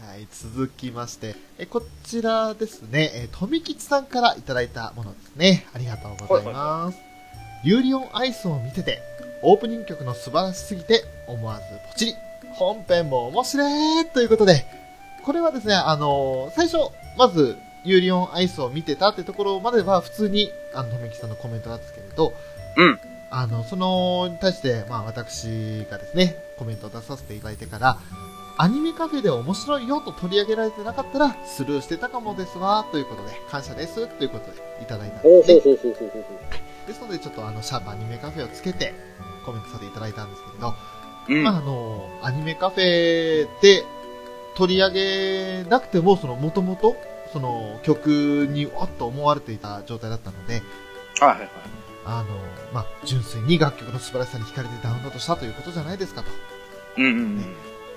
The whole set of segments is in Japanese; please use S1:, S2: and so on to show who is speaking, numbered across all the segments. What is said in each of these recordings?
S1: はい、続きまして、えこちらですね、え富吉さんからいただいたものですね。ありがとうございます。ユーリオンアイスを見てて、オープニング曲の素晴らしすぎて、思わずポチリ。本編も面白いということで、これはですね、あのー、最初、まず、ユーリオンアイスを見てたってところまでは、普通に、あの、とめきさんのコメントなんですけれど、
S2: うん。
S1: あの、その、に対して、まあ、私がですね、コメントを出させていただいてから、アニメカフェで面白いよと取り上げられてなかったら、スルーしてたかもですわ、ということで、感謝です、ということで、いただいたんですね、ね。ですので、ちょっとあの、シャープアニメカフェをつけて、コメントさせていただいたんですけれど、うん、まあ、あの、アニメカフェで取り上げなくても、その、もともと、その、曲に、わっと思われていた状態だったので、
S2: はいはいはい。
S1: あの、まあ、純粋に楽曲の素晴らしさに惹かれてダウンロードしたということじゃないですかと。
S2: うんうん、うん、ね。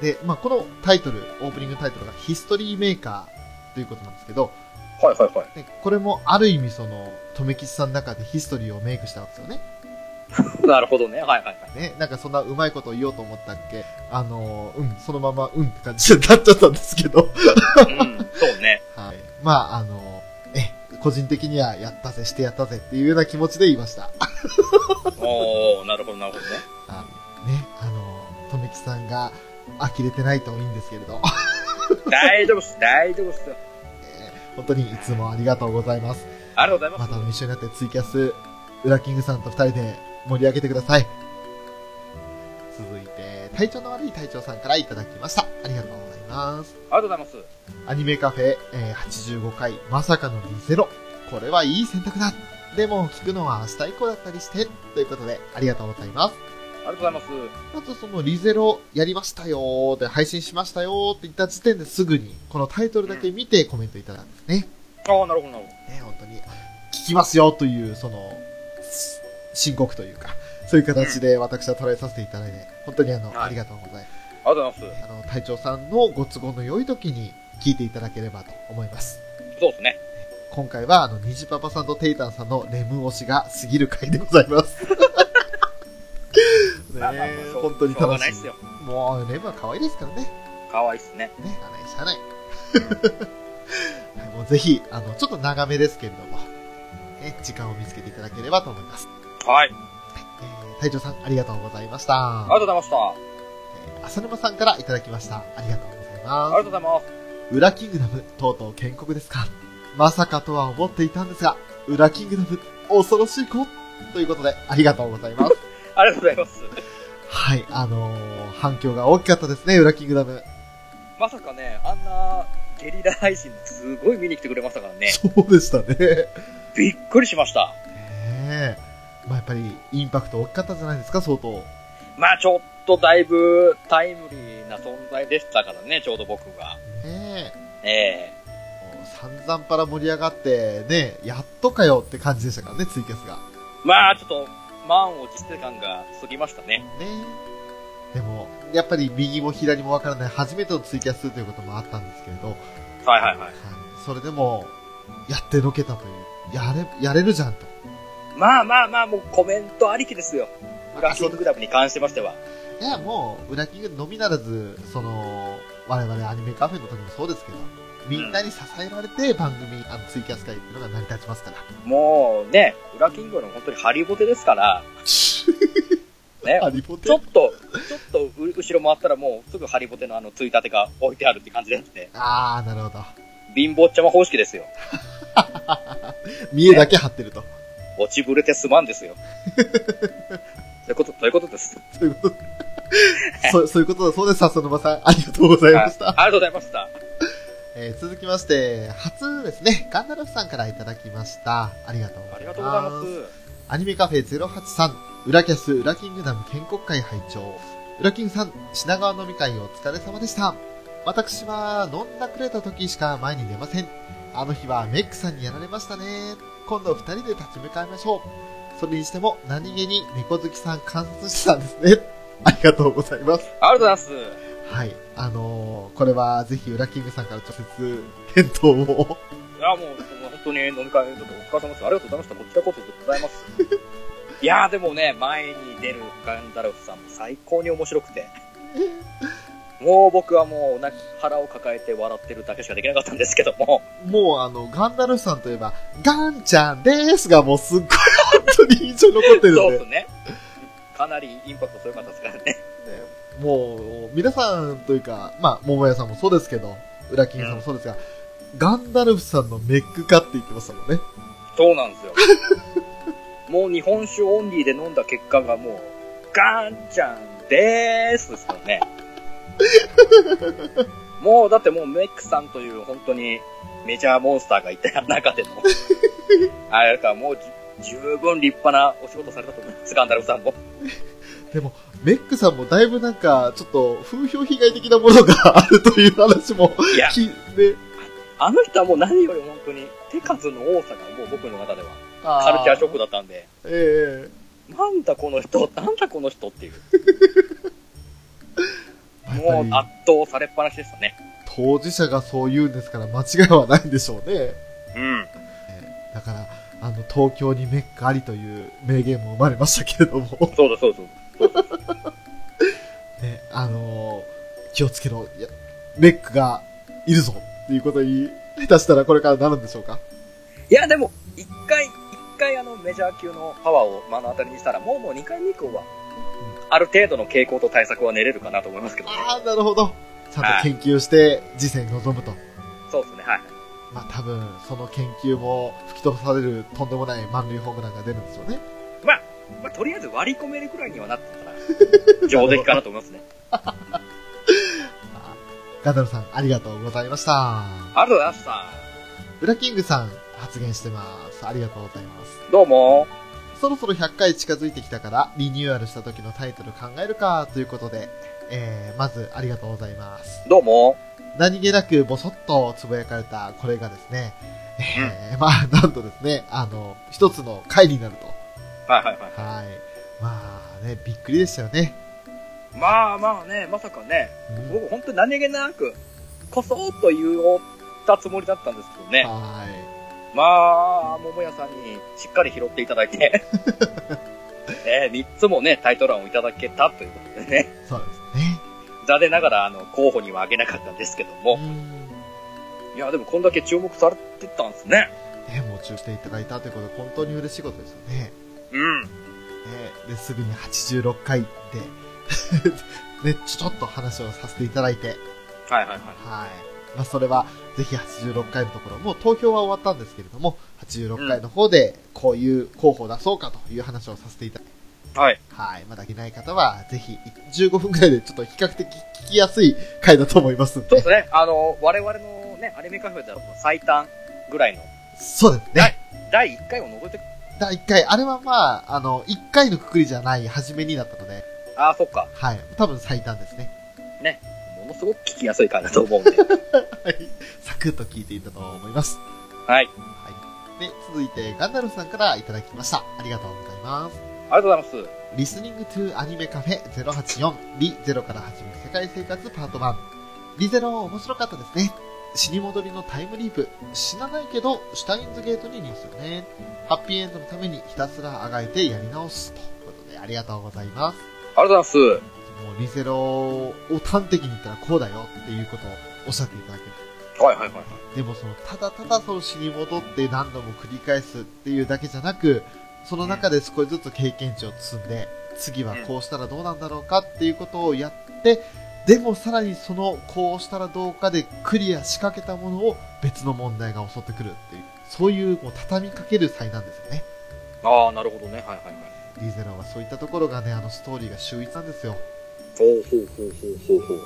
S1: で、まあ、このタイトル、オープニングタイトルがヒストリーメーカーということなんですけど、
S2: はいはいはい。
S1: でこれもある意味その、とめきちさんの中でヒストリーをメイクしたわけですよね。。
S2: なるほどね。はいはいはい
S1: ね、なんかそんなうまいこと言おうと思ったっけあのー、うん、そのままうんって感じになっちゃったんですけど。
S2: うん、そうね。
S1: はい。まあ、あのー、え、個人的にはやったぜ、してやったぜっていうような気持ちで言いました。
S2: おー、なるほどなるほどね。
S1: あね、あのー、とめきさんが呆れてないといいんですけれど。
S2: 大丈夫っす、大丈夫っす。
S1: 本当にいつもありがとうございます。。
S2: ありがとうございます
S1: また一緒になってツイキャス、裏キングさんと二人で盛り上げてください。続いて、体調の悪い隊長さんからいただきました。ありがとうございます。。
S2: ありがとうございます
S1: アニメカフェ、えー、85回、まさかのリゼロ。これはいい選択だ。でも、聞くのは明日以降だったりして、ということで、ありがとうございます。
S2: ありがとうござ
S1: ま
S2: い
S1: す。まずそのリゼロやりましたよで配信しましたよって言った時点ですぐに、このタイトルだけ見てコメントいただくんですね。
S2: うん、ああ、なるほど、なる
S1: ど。
S2: ほ
S1: ね、本当に、聞きますよという、その、申告というか、そういう形で私は捉えさせていただいて、本当にあの、はい、ありがとうございます。。
S2: ありがとうございます
S1: あの、隊長さんのご都合の良い時に聞いていただければと思います。
S2: そうですね。
S1: 今回は、あの、虹パパさんとテイタンさんのレム推しが過ぎる回でございます。 ね、まあまあまあ、本当に楽しい。し
S2: よ
S1: もう、レムは可愛いですからね。
S2: 可愛いっすね。
S1: ね、あないしゃない。 もうぜひ、あの、ちょっと長めですけれども、ね、時間を見つけていただければと思います。
S2: は
S1: え
S2: い。
S1: ー、隊長さん、ありがとうございました。。
S2: ありがとうございました。
S1: えー、浅沼さんからいただきました。ありがとうございます
S2: ありがとうございます。
S1: 裏キングダム、とうとう建国ですか。まさかとは思っていたんですが、裏キングダム、恐ろしい子ということで、ありがとうございます。
S2: ありがとうございます。
S1: はい、あのー、反響が大きかったですね、裏キングダム。
S2: まさかね、あんなゲリラ配信すごい見に来てくれましたからね。
S1: そうでしたね。
S2: びっくりしました。
S1: ねえ。まあ、やっぱりインパクト大きかったじゃないですか、相当。
S2: まあちょっとだいぶタイムリーな存在でしたからね、ちょうど僕が。
S1: ね
S2: え。え
S1: え。もう散々パラ盛り上がって、ねやっとかよって感じでしたからね、ツイキャスが。
S2: まあちょっと、満を持して感が過ぎましたね。
S1: ねでも、やっぱり右も左もわからない初めてのツイキャスということもあったんですけれど。
S2: はいはいはい。はい、
S1: それでも、やってのけたという。やれ、やれるじゃんと。
S2: まあまあまあ、もうコメントありきですよ。裏キングダムに関してましては。
S1: いや、もう、裏キングのみならず、その、我々アニメカフェの時もそうですけど、みんなに支えられて番組、うん、あの、ツイキャス会っていうのが成り立ちますから。
S2: もうね、裏キングの本当にハリボテですから、 ね、ハリボテちょっと、ちょっと後ろ回ったらもうすぐハリボテのあの、ついたてが置いてあるって感じなんで。
S1: ああ、なるほど。
S2: 貧乏ちゃま方式ですよ。
S1: 見えだけ張ってると。ね
S2: 落ちぶれてすまん ですよ。ということ、ということです。
S1: ということ。 そそういうことだそうです、笹沼さん。ありがとうございました。
S2: ありがとうございました。
S1: えー、続きまして、初ですね、ガンダルフさんからいただきました。ありがとうございます。ありがとうございます。アニメカフェ083、裏キャス、裏キングダム建国会拝聴裏キングさん、品川飲み会お疲れ様でした。私は飲んだくれた時しか前に出ません。あの日はメックさんにやられましたね。今度二人で立ち向かいましょう。それにしても、何気に猫好きさん観察してたんですね。 ありがとうございます。。
S2: ありがとうございます
S1: はい。あのー、これはぜひ、裏キングさんから直接、検討を。い
S2: や、もう、本当に飲み会、ちょっとお疲れ様です。ありがとうございました。こちらこそでございます。 いやでもね、前に出るガンダルフさんも最高に面白くて。もう僕はもうな腹を抱えて笑ってるだけしかできなかったんですけども、
S1: もうあの、ガンダルフさんといえば、ガンちゃんですがもうすっごい本当に印象に残ってるん
S2: そう
S1: で
S2: ですね。かなりインパクト強かったですからね。
S1: もう、皆さんというか、まあ、桃屋さんもそうですけど、裏金さんもそうですが、ガンダルフさんのメック化って言ってましたもんね。
S2: そうなんですよ。 もう日本酒オンリーで飲んだ結果がもう、ガンちゃんでーすですも んね。もうだってもうメックさんという本当にメジャーモンスターがいた 中での、あれだからもうじ十分立派なお仕事されたと思います、ガンダルフさんも。
S1: メックさんもだいぶなんか、ちょっと風評被害的なものがあるという話も
S2: いや、
S1: 聞いて、
S2: あの人はもう何より本当に手数の多さがもう僕の中ではカルチャーショック
S1: だ。
S2: だったんで、
S1: え
S2: なんだこの人、なんだこの人っていう、
S1: え
S2: もう
S1: やっ
S2: 圧倒されっぱなしでしたね。
S1: ぱり当事者がそう言うんですから間違いはないんでしょうね。
S2: うん。
S1: だから、あの、東京にメックありという名言も生まれましたけれども。
S2: そうだそうだそうだ。
S1: ね、あのー気をつけろ、いや、レックがいるぞっていうことに、下手したらこれからなるんでしょうか
S2: いや、でも、一回、一回あのメジャー級のパワーを目の当たりにしたら、もうもう二回目以降は、ある程度の傾向と対策は練れるかなと思いますけどね。
S1: ああ、なるほど。ちゃんと研究して、次戦に臨むと。
S2: そうですね、はい。
S1: まあ多分、その研究も吹き飛ばされるとんでもない満塁ホームランが出るんでしょうね。
S2: まあ、とりあえず割り込めるくらいにはなってたら、 上出来かなと思いますね。
S1: ガダルさん、ありがとうございました。
S2: ありがとうございました。
S1: ウラキングさん、発言してます。ありがとうございます。
S2: どうも。
S1: そろそろ100回近づいてきたから、リニューアルした時のタイトル考えるか、ということで、えー、まず、ありがとうございます。
S2: どうも。
S1: 何気なくぼそっとつぶやかれたこれがですね、えーまあ、なんとですね、あの、一つの回になると。
S2: はいはいはい。
S1: はい。まあね、びっくりでしたよね。
S2: まあまあね、まさかね、
S1: うん
S2: 僕本当に何気なく、こそっと言おったつもりだったんですけどね。
S1: はい。
S2: まあ、桃屋さんにしっかり拾っていただい て、えー、3つもね、タイトル案をいただけたということでね、
S1: そうですね。
S2: 残念ながら、あの、候補には挙げなかったんですけど
S1: う
S2: も、
S1: ん
S2: いや、でもこんだけ注目されてたんですね。
S1: ね、もう中していただいたということで、本当に嬉しいことですよね。
S2: うん。
S1: ねで、すぐに86回 って、ね、ちょっと話をさせていただいて、
S2: はいはいはい。
S1: はい。まあ、それは、ぜひ86回のところ、もう投票は終わったんですけれども、86回の方で、こういう候補を出そうかという話をさせていただいて、
S2: はい。
S1: はい。まだいない方は、ぜひ、15分くらいでちょっと比較的聞きやすい回だと思いますん
S2: そう
S1: で
S2: で。すね、あの、我々のね、アニメカフェでは最短ぐらいの、
S1: そうですね。
S2: 第1回を除いて、
S1: 第1回、あれはまあ、あの、1回のくくりじゃない、初めになったので、
S2: ああ、そっか、
S1: はい。多分最短ですね。
S2: ものすごく聞きやすい回だと思うん で。
S1: はい。サクッと聞いていたと思います。
S2: はい。
S1: はい。で、続いて、ガンダルフさんからいただきました。ありがとうございます。
S2: ありがとうございます。
S1: リスニングトゥアニメカフェ084リゼロから始める世界生活パート1リゼロ面白かったですね死に戻りのタイムリープ死なないけどシュタインズゲートにいますよねハッピーエンドのためにひたすらあがいてやり直すということでありがとうございます
S2: ありがとうございま
S1: もうリゼロを端的に言ったらこうだよっていうことをおっしゃっていただけます
S2: す。はいはいはいはい。
S1: でもそのただただその死に戻って何度も繰り返すっていうだけじゃなくその中で少しずつ経験値を積んで次はこうしたらどうなんだろうかっていうことをやってでもさらにそのこうしたらどうかでクリア仕掛けたものを別の問題が襲ってくるっていうそういうこう畳みかける祭なんですよね
S2: ああ、なるほどね。はいはいはい。
S1: リゼロはそういったところがねあのストーリーが秀逸なんですよ
S2: ほうほうほうほうほうほう。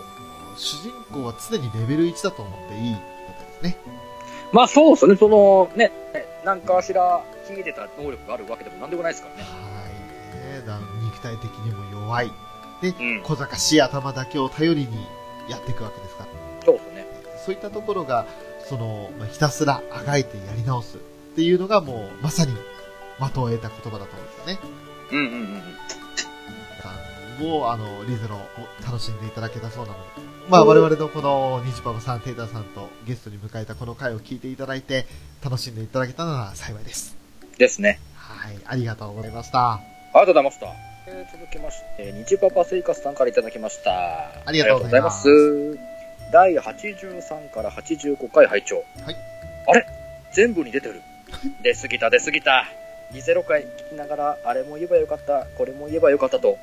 S1: 主人公は常にレベル1だと思っていいみたいですね
S2: まあそうですね、そのね、なんかしら秀でた能力があるわけでもなんでもないですからね。
S1: はいねだ肉体的にも弱いで、
S2: うん
S1: 小賢しい頭だけを頼りにやっていくわけですから
S2: そうですね。
S1: そういったところがそのまあひたすらあがいてやり直すっていうのがもうまさに的を得た言葉だと思うんですよね
S2: うんうんうんうん。
S1: あのもうあのリゼロを楽しんでいただけたそうなのでまあ我々のこのニジパパさんテイターさんとゲストに迎えたこの回を聞いていただいて楽しんでいただけたなら幸いです
S2: ですね。
S1: はいありがとうございました
S2: ありがとうございました。えー続きまして、日パパ生活さんからいただきました。
S1: ありがとうございます
S2: ありがとうございます。第83から85回拝聴。
S1: はい
S2: あれ全部に出てる。出過ぎた、出過ぎた。20回聞きながら、あれも言えばよかった、これも言えばよかったと。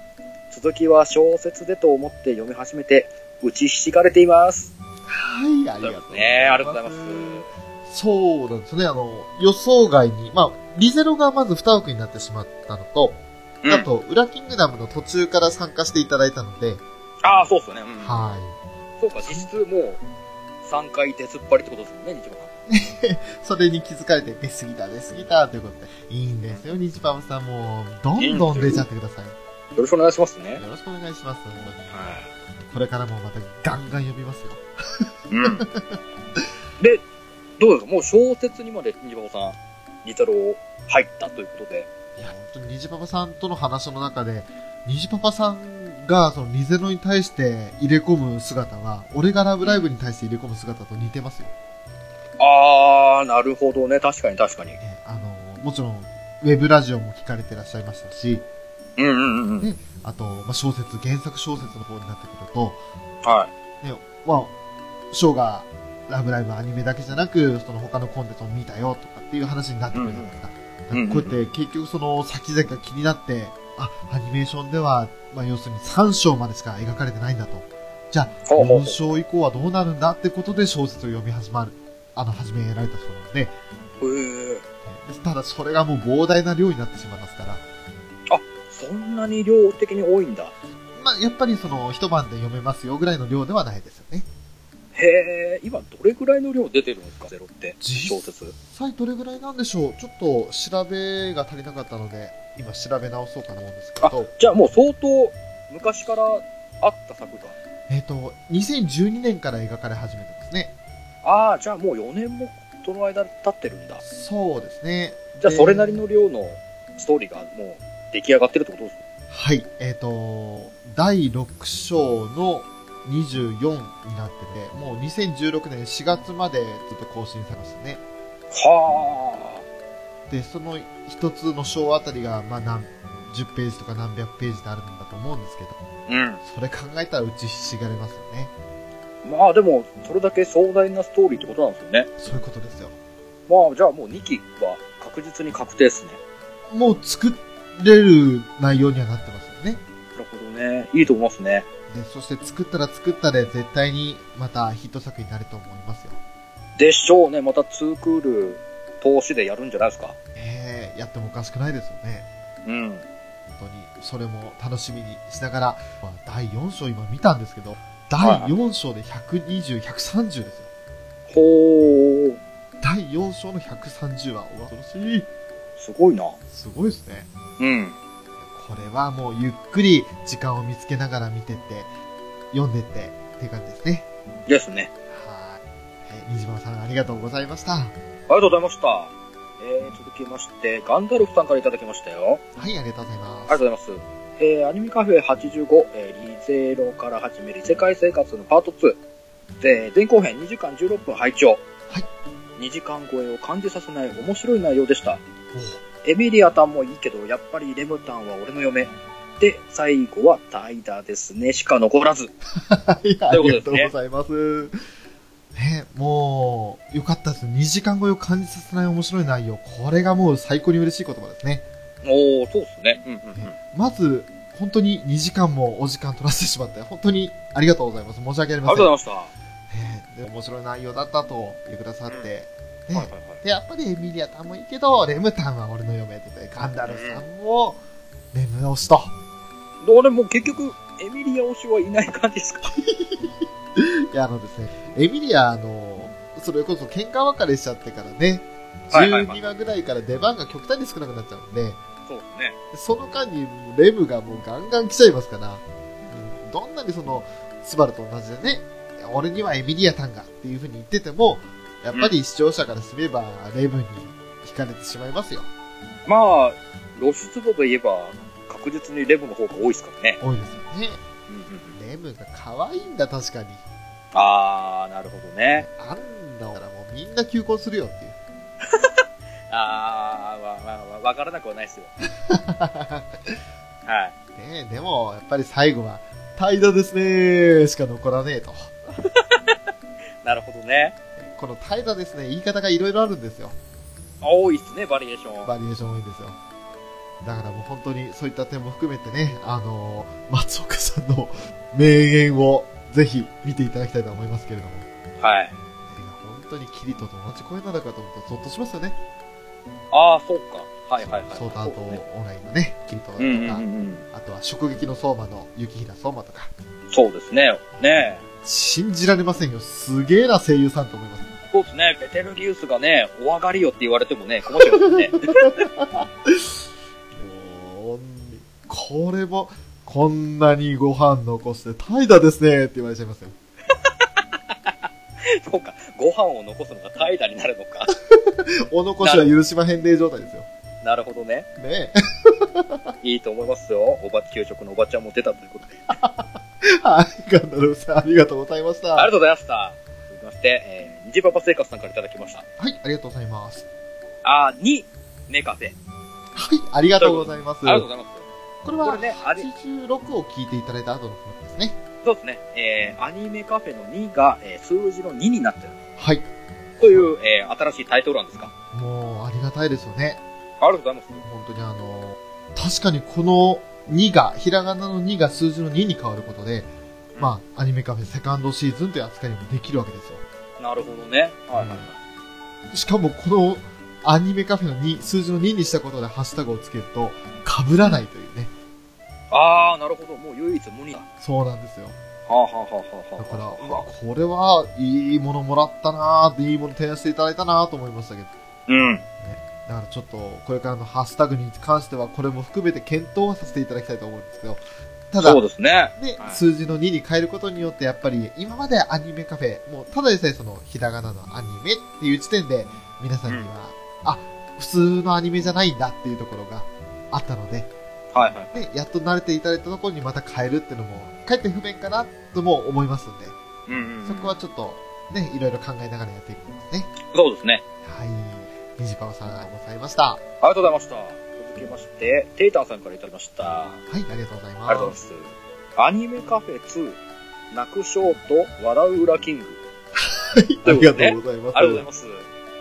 S2: 続きは小説でと思って読み始めて、打ちひしがれています。
S1: はい、ありがとうございます。
S2: ねありがとうござい
S1: そうなんですね、あの、予想外に、まあ、リゼロがまず2枠になってしまったのと、
S2: うん
S1: あと、ウラキングダムの途中から参加していただいたので、
S2: ああ、そうっすよね。うん
S1: はい。
S2: そうか、実質もう、3回出ずっぱりってことですもんね、日パパ。
S1: それに気づかれて、出過ぎた、出過ぎた、ということで。いいんですよ、ニジパムさん。もう、どんどん出ちゃってください。
S2: よろしくお願いしますね。
S1: よろしくお願いします、本当に。これからもまたガンガン呼びますよ。
S2: うん。 で、どうですかもう小説にまで、ニバオさん、ニタロウ入ったということで。
S1: いや、本当にニジパパさんとの話の中で、ニジパパさんが、その、リゼロに対して入れ込む姿は、俺がラブライブに対して入れ込む姿と似てますよ。
S2: あー、なるほどね。確かに確かに。
S1: えあの、もちろん、ウェブラジオも聞かれてらっしゃいましたし、
S2: うんうんうん
S1: ねあと、まあ、小説、原作小説の方になってくると、
S2: はい。
S1: ね、まあ、ショーが、ラブライブアニメだけじゃなく、その他のコンテンツも見たよとかっていう話になってくるじゃないですか。
S2: うんうん
S1: だからこうやって結局その先々が気になって、あ、アニメーションでは、まあ要するに3章までしか描かれてないんだと。じゃあ、
S2: ほうほう
S1: 4
S2: ほう
S1: 章以降はどうなるんだってことで小説を読み始まる、あの、始められたそうなので、ね
S2: へえ。
S1: ただそれがもう膨大な量になってしまいますから、
S2: そんなに量的に多いんだ。
S1: まあやっぱりその一晩で読めますよぐらいの量ではないですよね。
S2: へえ。今、どれぐらいの量出てるんですかゼロって。
S1: 実
S2: 小説。
S1: さいどれぐらいなんでしょうちょっと調べが足りなかったので、今調べ直そうかなと思うんですけ
S2: あ
S1: ど、、
S2: じゃあもう相当、昔からあった作が。
S1: えっ、と、2012年から描かれ始めてますね。
S2: あー、じゃあもう4年も、その間経ってるんだ。
S1: そうですね。
S2: じゃあ
S1: で
S2: それなりの量のストーリーがもう出来上がってるってことですか
S1: はい、えっ、と、第6章の24になってて、もう2016年4月までずっと更新されましたね。
S2: は
S1: で、その一つの章あたりが、まあ何、10ページとか何百ページであるんだと思うんですけど、
S2: あ。うん。
S1: それ考えたらうちひしがれますよね。
S2: まあでも、それだけ壮大なストーリーってことなんですよね。
S1: そういうことですよ。
S2: まあじゃあもう2期は確実に確定ですね。
S1: もう作れる内容にはなってますよね。
S2: なるほどね。いいと思いますね。
S1: で、そして作ったら作ったで絶対にまたヒット作になると思いますよ。
S2: でしょうね。またツークール投資でやるんじゃないですか。
S1: えー、やってもおかしくないですよね。
S2: うん。
S1: 本当に、それも楽しみにしながら、まあ、第4章今見たんですけど、第
S2: はい
S1: 4章で120、130ですよ。
S2: ほー。
S1: 第4章の130は、うわ、恐ろしい。
S2: すごいな。
S1: すごいですね。
S2: うん。
S1: これはもうゆっくり時間を見つけながら見てって、読んでって、っていう感じですね。
S2: ですね。
S1: はい。えー、にじまさんありがとうございました。
S2: ありがとうございました。えー、続きまして、ガンダルフさんからいただきましたよ。
S1: はい、ありがとうございます。
S2: ありがとうございます。えー、アニメカフェ85、えー、リゼロから始める異世界生活のパート2。で、前後編2時間16分拝聴。
S1: はい。
S2: 2時間超えを感じさせない面白い内容でした。
S1: おう
S2: エミリアタンもいいけど、やっぱりレムタンは俺の嫁。で、最後はタイダですね、しか残らず。
S1: はい、あ
S2: と
S1: り
S2: い
S1: が
S2: うことと
S1: う
S2: で
S1: ございます。ね、もう、よかったです。2時間超えを感じさせない面白い内容。これがもう最高に嬉しい言葉ですね。
S2: おー、そうっすね。うんうん
S1: ねまず、本当に2時間もお時間取らせてしまって、本当にありがとうございます。申し訳あり
S2: あ
S1: ま
S2: りがとう
S1: せん。
S2: ございました。
S1: ねで
S2: は
S1: 面白い内容だったと言ってくださって。
S2: い
S1: ね
S2: はいはい。
S1: でやっぱりエミリアさんもいいけど、レムタンは俺の嫁って言って、ガンダルフさんも、レム推しと。
S2: で、俺もう結局、エミリア推しはいない感じですか
S1: いや、あのですね、エミリア、あの、それこそ喧嘩別れしちゃってからね、
S2: はいはいはい
S1: 12話ぐらいから出番が極端に少なくなっちゃうんで、
S2: そうですね。
S1: その間にレムがもうガンガン来ちゃいますから、うんどんなにその、スバルと同じでね、俺にはエミリアさんがっていう風に言ってても、やっぱり視聴者からすれば、レムに惹かれてしまいますよ。
S2: まあ、露出度といえば、確実にレムの方が多いですからね。
S1: 多いですよね。
S2: うんうんうん、
S1: レムが可愛いんだ、確かに。
S2: あー、なるほどね。
S1: あんなからもうみんな求婚するよっていう。
S2: あー、わ、わ、わ、わからなくはないですよ。はい。
S1: ねえでも、やっぱり最後は、怠惰ですねしか残らねえと。
S2: なるほどね。
S1: この怠惰ですね、言い方がいろいろあるんですよ。
S2: 多いっすね、バリエーション。
S1: バリエーション多いんですよ。だからもう本当にそういった点も含めてね、あのー松岡さんの名言をぜひ見ていただきたいと思いますけれども。
S2: は
S1: い
S2: い。
S1: や本当にキリトと同じ声なのかと思うとゾッとしますよね。
S2: ああ、そうか。はいはいはい。
S1: ソーターと
S2: そうね
S1: オンラインのね、キリトだと
S2: う
S1: か、
S2: んうんうん
S1: あとは直撃の相馬の雪平相馬とか、
S2: うん。そうですね。ね
S1: 信じられませんよ。すげえな声優さんと思います。
S2: え。そうですね。ベテルギウスがね、お上がりよって言われてもね、困っちゃいますね。
S1: もうこれも、こんなにご飯残して怠惰ですねって言われちゃいますよ。
S2: そうか。ご飯を残すのが怠惰になるのか。
S1: お残しは許しまへんで状態ですよ。
S2: なるほどね。
S1: ね
S2: いいと思いますよ。おば、給食のおばちゃんも出たということで。
S1: え。はい、ガンダルフさん、ありがとうございました。
S2: あ
S1: は
S2: りがとうございました。続きまして、えー、虹パパ生活さんからいただきました。
S1: い、ありがとうございます。
S2: あー、に、ネカフェ。
S1: はい、ありがとうございます。
S2: ありがとうございます。
S1: これ
S2: こ
S1: は
S2: れね、あれ、
S1: 86を聞いていただいた後のコメントですね。
S2: そうですね、えー、アニメカフェの2が、えー数字の2になってる。
S1: はい。
S2: という、えー、新しいタイトルなんですか。
S1: もう、ありがたいですよね。
S2: ありがとうございます。
S1: 本当にあの、確かにこの2が、ひらがなの2が数字の2に変わることで、まあ、アニメカフェセカンドシーズンという扱いにもできるわけですよ。
S2: なるほどね。はいはいはい。
S1: しかもこのアニメカフェの2、数字の2にしたことでハッシュタグをつけると、被らないというね。
S2: あー、なるほど。もう唯一無二だ。は
S1: そうなんですよ。
S2: あ、はあはあはあは
S1: だ
S2: あ、
S1: から、
S2: う
S1: うわ
S2: わ、
S1: これはいいものもらったなーって、いいもの提案していただいたなーと思いましたけど。
S2: うん。
S1: だからちょっと、これからのハッシュタグに関しては、これも含めて検討はさせていただきたいと思うんですけど。ただ、
S2: そう
S1: ね、
S2: ですね。はい
S1: 数字の2に変えることによって、やっぱり、今までアニメカフェ、もう、ただでさえその、ひらがなのアニメっていう時点で、皆さんには、あ、普通のアニメじゃないんだっていうところがあったので、
S2: はいはい。
S1: で、やっと慣れていただいたところにまた変えるっていうのも、かえって不便かなとも思いますんで。
S2: うんうんうん
S1: そこはちょっと、ね、いろいろ考えながらやっていくんですね。
S2: そうですね。
S1: はい。ニジパオさんがございました。は
S2: ありがとうございました。続きまして、テイタンさんからいただきました。
S1: い、ありがとうございます。
S2: ありがとうございます。アニメカフェ2、泣くショーと笑う裏キング。
S1: ありがとうございます。
S2: ありがとうございます。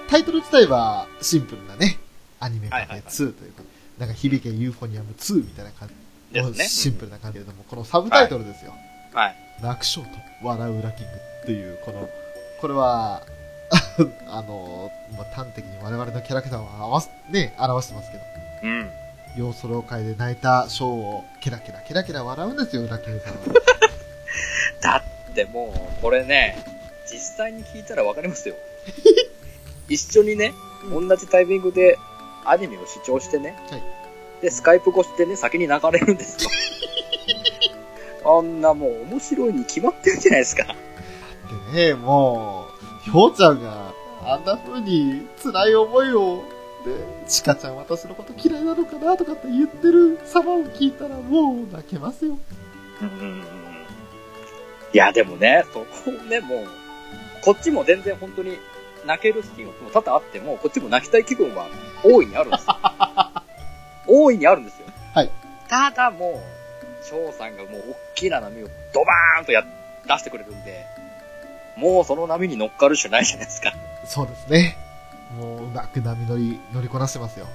S1: タイトル自体はシンプルなね、アニメカ
S2: はい
S1: フ
S2: はい
S1: ェ
S2: は
S1: 2
S2: い
S1: ということで、なんか響けユーフォニアム2みたいな感じ、
S2: ですね。
S1: シンプルな感じだけれども、このサブタイトルですよ。
S2: うんはい。
S1: 楽勝と笑う裏キングっていう、この、これは、 あの、まあ、端的に我々のキャラクターを表す、ね、表してますけど、
S2: うん。
S1: 要素老会で泣いたショーをケラケラケラケラ笑うんですよ、裏キングさんは。
S2: だってもう、これね、実際に聞いたらわかり ますよ。一緒にね、
S1: う
S2: 同じタイミングでアニメを視聴してね、
S1: はい
S2: で、スカイプ越してね、先に流れるんですよ。 あんなもう面白いに決まってるじゃないですか。
S1: でね、もう、ひょうちゃんがあんな風に辛い思いを、で、ちかちゃん私のこと嫌いなのかなとかって言ってる様を聞いたらもう泣けますよ。
S2: うん。いや、でもね、そこをね、もう、こっちも全然本当に泣けるシーンは多々あっても、こっちも泣きたい気分は大いにあるんです よ。大いにあるんですよ。
S1: はい。
S2: ただもう、翔さんがもう大きな波をドバーンとや出してくれるんで、もうその波に乗っかるしかないじゃないですか。
S1: そうですね。もう、うまく波乗り、乗りこなしてますよ。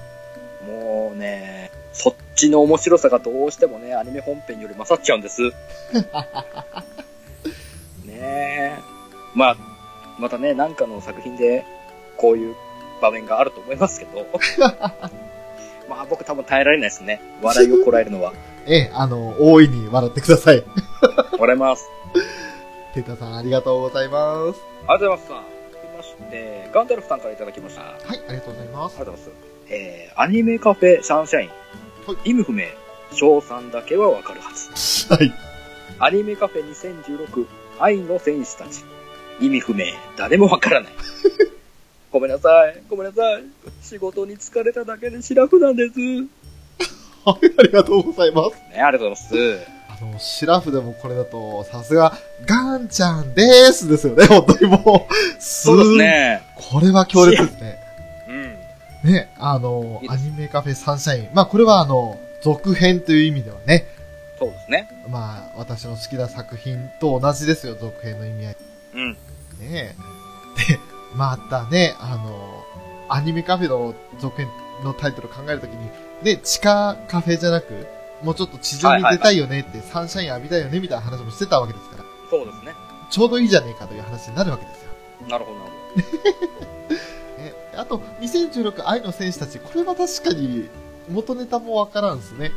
S2: もうね、そっちの面白さがどうしてもね、アニメ本編より勝っちゃうんです。ねえ。まあ、またね、なんかの作品で、こういう場面があると思いますけど。まあ僕多分耐えられないですね。笑いをこらえるのは。
S1: ええ、あの、大いに笑ってくだ さい。
S2: 笑います。
S1: てたさんありがとうございます。
S2: ありがとうございます。続きまして、ガンダルフさんからいただきました。あり
S1: はい、ありがとうございます。
S2: がとうございます。えー、アニメカフェサンシャイン。意味不明。翔さんだけはわかるはず。
S1: はい。
S2: アニメカフェ2016愛の戦士たち。意味不明。誰もわからない。 ごめんなさい。ごめんなさい。仕事に疲れただけでシラフなんです。ね、
S1: はい、ありがとうございます。
S2: ありがとうございます。
S1: あの、シラフでもこれだと、さすが、ガンちゃんでーすですよね、本当にもう。そ
S2: そうです。ね。
S1: これは強烈ですね。
S2: うん。
S1: ね、あの
S2: いい、で
S1: ア
S2: す
S1: ニメカフェサンシャイン。まあ、これはあの、続編という意味ではね、
S2: そうですね。
S1: まあ、私の好きな作品と同じですよ、続編の意味合い。
S2: うん。
S1: ねえ。で、またね、あの、アニメカフェの続編のタイトル考えるときに、ね、地下カフェじゃなく、もうちょっと地上に出たいよねって、サンシャイン浴びたいよねみたいな話もしてたわけですから、
S2: そうですね。
S1: ちょうどいいじゃねえかという話になるわけですよ。
S2: なるほど、なるほ
S1: ね、あと、2016愛の戦士たち、これは確かに元ネタもわからんですね。
S2: ど。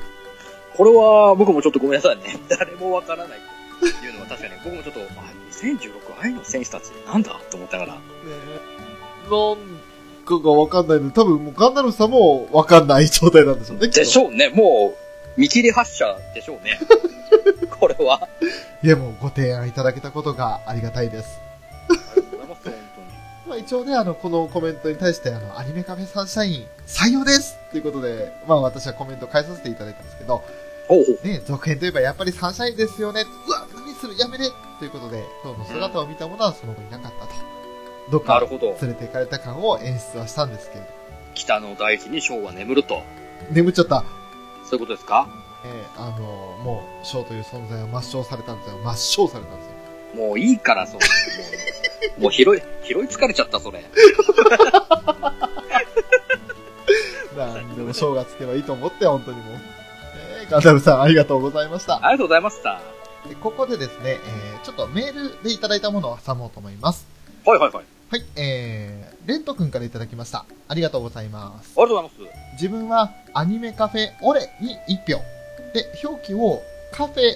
S2: これは、僕もちょっとごめんなさいね。 誰もわからないっていうのは確かに、僕もちょっと、あ、2016愛の選手たち、なんだと思ったから。
S1: ねなんかがわかんないので、多分もうガンダルフさんもわかんない状態なんでしょうね。きっと
S2: でしょうね。もう、見切り発車でしょうね。これは。
S1: いやもうご提案いただけたことがありがたいです。
S2: ありがとうございます、本当に。
S1: まあ一応ね、あの、このコメントに対して、あの、アニメカフェサンシャイン採用ですということで、まあ私はコメントを返させていただいたんですけど、
S2: ほうほう。
S1: ね、続編といえばやっぱりサンシャインですよね。うわ、何するやめれということで、今日の姿を見た者はその後いなかったと。どっ
S2: な
S1: か
S2: るほど。
S1: 連れて行かれた感を演出はしたんですけれど。
S2: 北の大地に翔は眠ると。
S1: 眠っちゃった。
S2: そういうことですか
S1: えーあのもう、ショーという存在を抹消されたんですよ。抹消されたんですよ。
S2: もういいから、そう。もう、もう拾い、拾い疲れちゃった、それ。
S1: なんでも賞がつけばいいと思って、本当にもう。えーガンダムさん、ありがとうございました。
S2: ありがとうございました。は
S1: でここでですね、えーちょっとメールでいただいたものを挟もうと思います。
S2: いはいはい。あり
S1: はい、えー、レント君からいただきました。ありがとうございます。
S2: がとうございます。
S1: 自分はアニメカフェオレに1票。で、表記をカフェ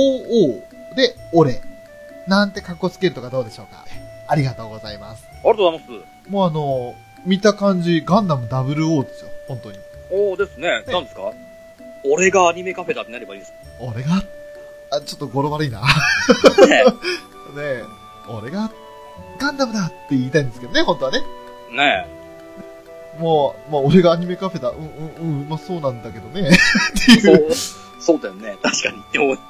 S1: OO でオレ。なんて格好つけるとかどうでしょうか。ありがとうございます。
S2: ありがとうございます。
S1: もうあの見た感じ、ガンダム WO ですよ。本当に。
S2: おーですね。なんですか俺がアニメカフェだってなればいいです。
S1: 俺があ、ちょっと語呂悪いな。
S2: ね
S1: ねえ、俺が、ガンダムだって言いたいんですけどね、本当はね。
S2: え。ねえ。
S1: もう、まあ、俺がアニメカフェだ。うんうんうん、まあそうなんだけどね。っていう。ね
S2: そう、そうだよね。確かに。でも、
S1: ねね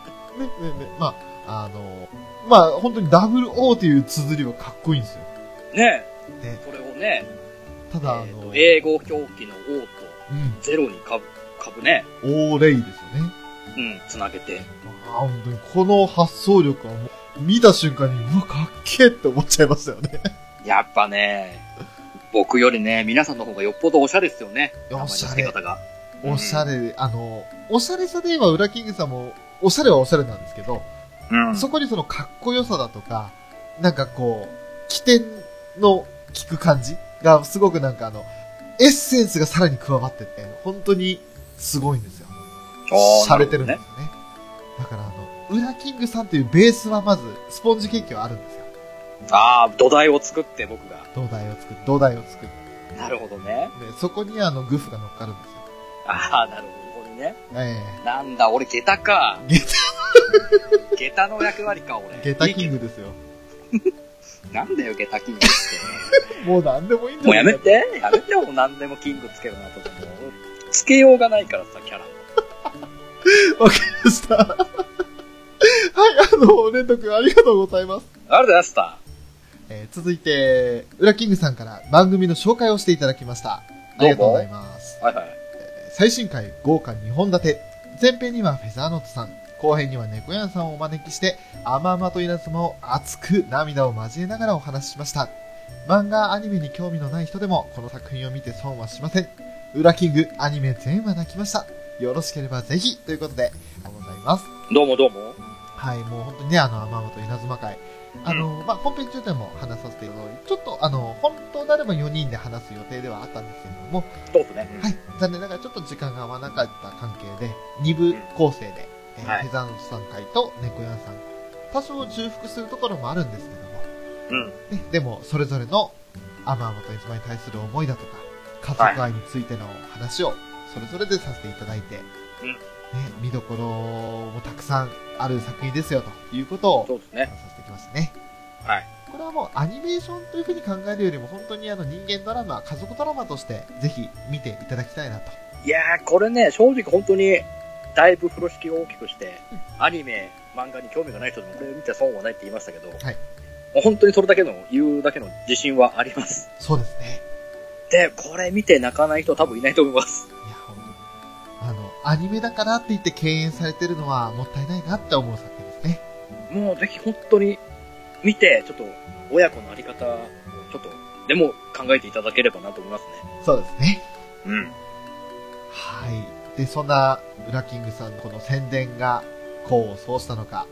S1: まあ、あの、まあ本当に WO という綴りはかっこいいんですよ。
S2: ねえ。
S1: ね
S2: それをね、
S1: た
S2: え
S1: だ、あ
S2: ー
S1: の、
S2: と英語表記の O と
S1: うん、
S2: ゼロにかぶ、かぶね。
S1: オーレイですよね。
S2: うん、つなげて。
S1: ああ、本当にこの発想力はもう、見た瞬間に、うわ、かっけえって思っちゃいましたよ ね。
S2: やっぱね、僕よりね、皆さんの方がよっぽどおしゃれですよね。名前
S1: お
S2: の
S1: しゃ
S2: 付け
S1: れ。
S2: 方が。
S1: おしゃれ、あの、おしゃれさで言えば、ウラキングさんも、おしゃれはおしゃれなんですけど、
S2: うん。
S1: そこにそのかっこよさだとか、なんかこう、起点の効く感じがすごくなんかあの、エッセンスがさらに加わってて、本当にすごいんですよ。
S2: あー
S1: されてるんで
S2: な
S1: す
S2: る
S1: よね。だからあの、ウラキングさんというベースはまず、スポンジケーキはあるんですよ。
S2: ほどねああ、土台を作って僕が。
S1: 土台を作る、土台を作る。
S2: なるほどね。
S1: で、そこにあの、グフが乗っかるんですよ。
S2: ああ、なるほどね。
S1: え
S2: なんだ、俺、下駄か。
S1: 下
S2: 駄下駄の役割か、俺。
S1: え下駄キン
S2: いい
S1: グですよ。
S2: けどなんだよ、下駄キングって。
S1: もうなんでもいいんだ
S2: もうやめて、やめて、もう何でもキングつけるなと思って。もうつけようがないからさ、キャラ。
S1: ました。 はい、あの、レント君ありがとうございます。
S2: ありがとうございました。
S1: えー続いて、ウラキングさんから番組の紹介をしていただきました。あ
S2: どうも
S1: りがとうございます。
S2: はいはい。
S1: えー最新回豪華2本立て。前編にはフェザーノットさん、後編には猫やんさんをお招きして、甘々と稲妻を熱く涙を交えながらお話ししました。漫画、アニメに興味のない人でも、この作品を見て損はしません。ウラキング、アニメ全話泣きました。よろしければぜひ、ということで、ありがとうございます。
S2: どうもどうも。
S1: はい、もう本当にね、あの、天本稲妻会。あの、まあ、本編中でも話させていただいて、ちょっと、あの、本当であれば4人で話す予定ではあったんですけれども、
S2: どうぞね。
S1: はい、残念ながらちょっと時間が合わなかった関係で、2部構成で、えー
S2: はい
S1: フェザーノットさん会と猫屋さん、多少重複するところもあるんですけども、
S2: うん。
S1: ね、でも、それぞれの天本稲妻に対する思いだとか、家族愛についての話を、それぞれでさせていただいて、
S2: うん
S1: ね、見どころもたくさんある作品ですよ、ということを、
S2: そうですね。
S1: させてきましたね。
S2: はい。
S1: これはもうアニメーションというふうに考えるよりも本当にあの人間ドラマ、家族ドラマとしてぜひ見ていただきたいなと。
S2: いやー、これね、正直本当に、だいぶ風呂敷を大きくして、アニメ、漫画に興味がない人でもこれ見たら損はないって言いましたけど、
S1: い
S2: もう本当にそれだけの、言うだけの自信はあります。
S1: そうですね。
S2: で、これ見て泣かない人多分いないと思います
S1: い。や、本当に。あの、アニメだからって言って敬遠されてるのはもったいないなって思う作品ですね。
S2: もうぜひ本当に見て、ちょっと親子のあり方をちょっとでも考えていただければなと思いますね。
S1: そうですね。
S2: うん。
S1: はい。で、そんな、ウラキングさんのこの宣伝が、功を奏したのか、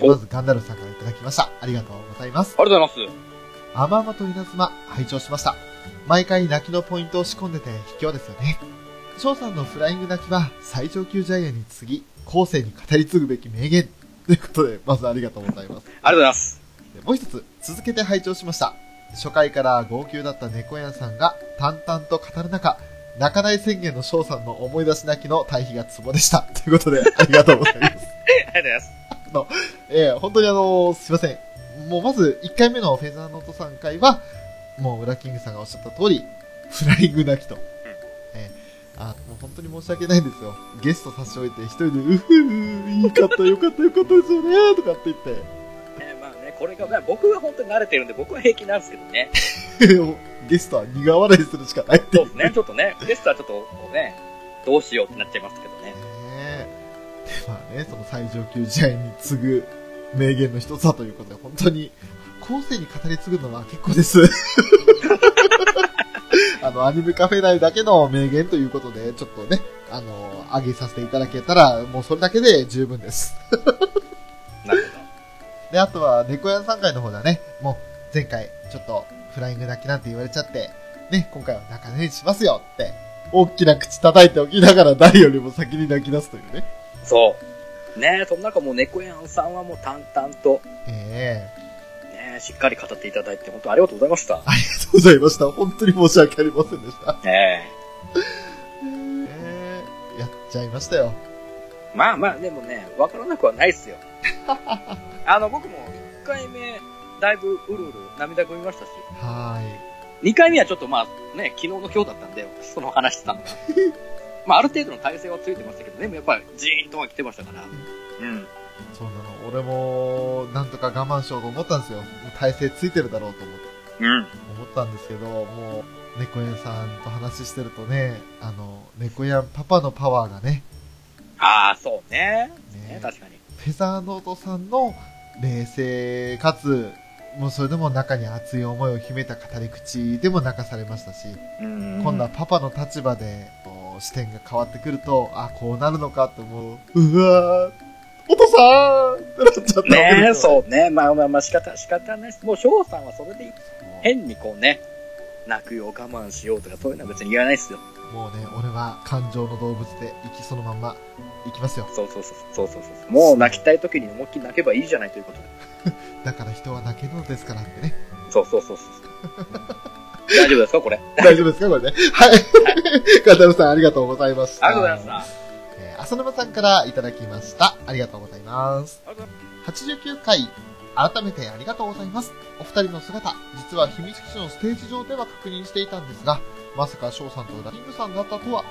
S2: お
S1: まずガンダルフさんからいただきました。ありがとうございます。
S2: ありがとうございま
S1: 甘々と稲妻、拝聴しました。毎回泣きのポイントを仕込んでて卑怯ですよね。翔さんのフライング泣きは最上級ジャイアンに次ぎ、後世に語り継ぐべき名言。ということで、まずありがとうございます。
S2: す。ありがとうござい ます。
S1: でもう一つ、続けて拝聴しました。初回から号泣だった猫屋さんが淡々と語る中、泣かない宣言の翔さんの思い出し泣きの対比がツボでした。ということで、ありがとうございます。
S2: ありがとうございます。
S1: えー本当にあのすいません。もうまず、1回目のフェザーノート3回は、もう、ウラキングさんがおっしゃった通り、フライング泣きと。えーあ、もう本当に申し訳ないんですよ。ゲスト差し置いて、一人で、うふふ、いいかった、よかった、よかったですよね、とかって言って。
S2: ねまあね、これが、まあ、僕は本当に慣れてるんで、僕は平気なんですけどね。
S1: ゲストは苦笑いするしかないってい
S2: そ
S1: う
S2: ですね、ちょっとね、ゲストはちょっとこうね、どうしようってなっちゃいますけどね
S1: う。。ねで、まあね、その最上級時代に次ぐ名言の一つだということで、本当に、後世に語り継ぐのは結構です。 あの、アニメカフェ内だけの名言ということで、ちょっとね、あの、上げさせていただけたら、もうそれだけで十分です。
S2: なるほど。
S1: で、あとは、猫屋さん会の方だね、もう、前回、ちょっと、フライング泣きなんて言われちゃって、ね、今回は仲直りしますよって、大きな口叩いておきながら、誰よりも先に泣き出すというね。
S2: そう。ねその中もう猫やんさんはもう淡々と、
S1: ええ
S2: ねしっかり語っていただいて、本当ありがとうございました。
S1: ありがとうございました。本当に申し訳ありませんでした。
S2: え
S1: えー、やっちゃいましたよ。
S2: えまあまあ、でもね、わからなくはないですよ。あの、僕も1回目、だいぶうるうる涙ぐみましたし、
S1: は
S2: 2回目はちょっとまあね、昨日の今日だったんで、その話してたのが。まあある程度の体勢はついてましたけどね、でもやっぱりジーンとは来てましたから。うん。
S1: ーい。そうなの。俺も、なんとか我慢しようと思ったんですよ。もう体勢ついてるだろうと思って
S2: うん。
S1: 思ったんですけど、もう、猫屋さんと話してるとね、あの、猫屋パパのパワーがね、
S2: ああ、そうね。ね
S1: ね
S2: 確かに。
S1: フェザーノートさんの冷静かつ、もうそれでも中に熱い思いを秘めた語り口でも泣かされましたし、
S2: うん
S1: 今度はパパの立場でこう視点が変わってくると、あ、こうなるのかって思う。うわーお父さんってなっちゃったわけ
S2: ねえ、
S1: ですよ
S2: そうね。まあまあまあ仕方、仕方ないです。もう翔さんはそれでいい。変にこうね、泣くよ、我慢しようとかそういうのは別に言わないですよ。
S1: もうね、俺は感情の動物で生きそのまんま生きますよ。
S2: そうそうそうそうそうそうそう。もう泣きたい時に思いっきり泣けばいいじゃないということで。
S1: だから人は泣けるのですから ってね。
S2: そうそうそうそう。大丈夫ですかこれ。あり
S1: 大丈夫ですかこれね。はい。 ガタルフさんありがとうございました。
S2: がとうございました。
S1: えー浅沼さんからいただきました。ありがとうございます
S2: ありがとう。
S1: 89回、改めてありがとうございます。お二人の姿、実は秘密基地のステージ上では確認していたんですが、まさか翔さんとウラキングさんだったとは、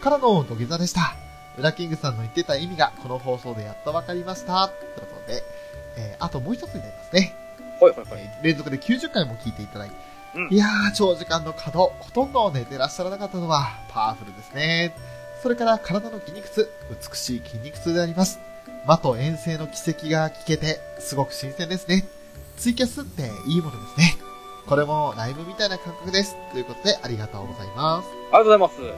S1: からの土下座でした。ウラキングさんの言ってた意味が、この放送でやっとわかりました。ということで、えーあともう一つになりますね。
S2: ほいほいほい。
S1: えー連続で90回も聞いていただいて、
S2: うん
S1: いやー、長時間の稼働、ほとんど寝てらっしゃらなかったのはパワフルですね。それから体の筋肉痛、美しい筋肉痛であります。魔と遠征の奇跡が聞けて、すごく新鮮ですね。ツイキャスっていいものですね。これもライブみたいな感覚です。ということで、ありがとうございます。
S2: ありがとうございま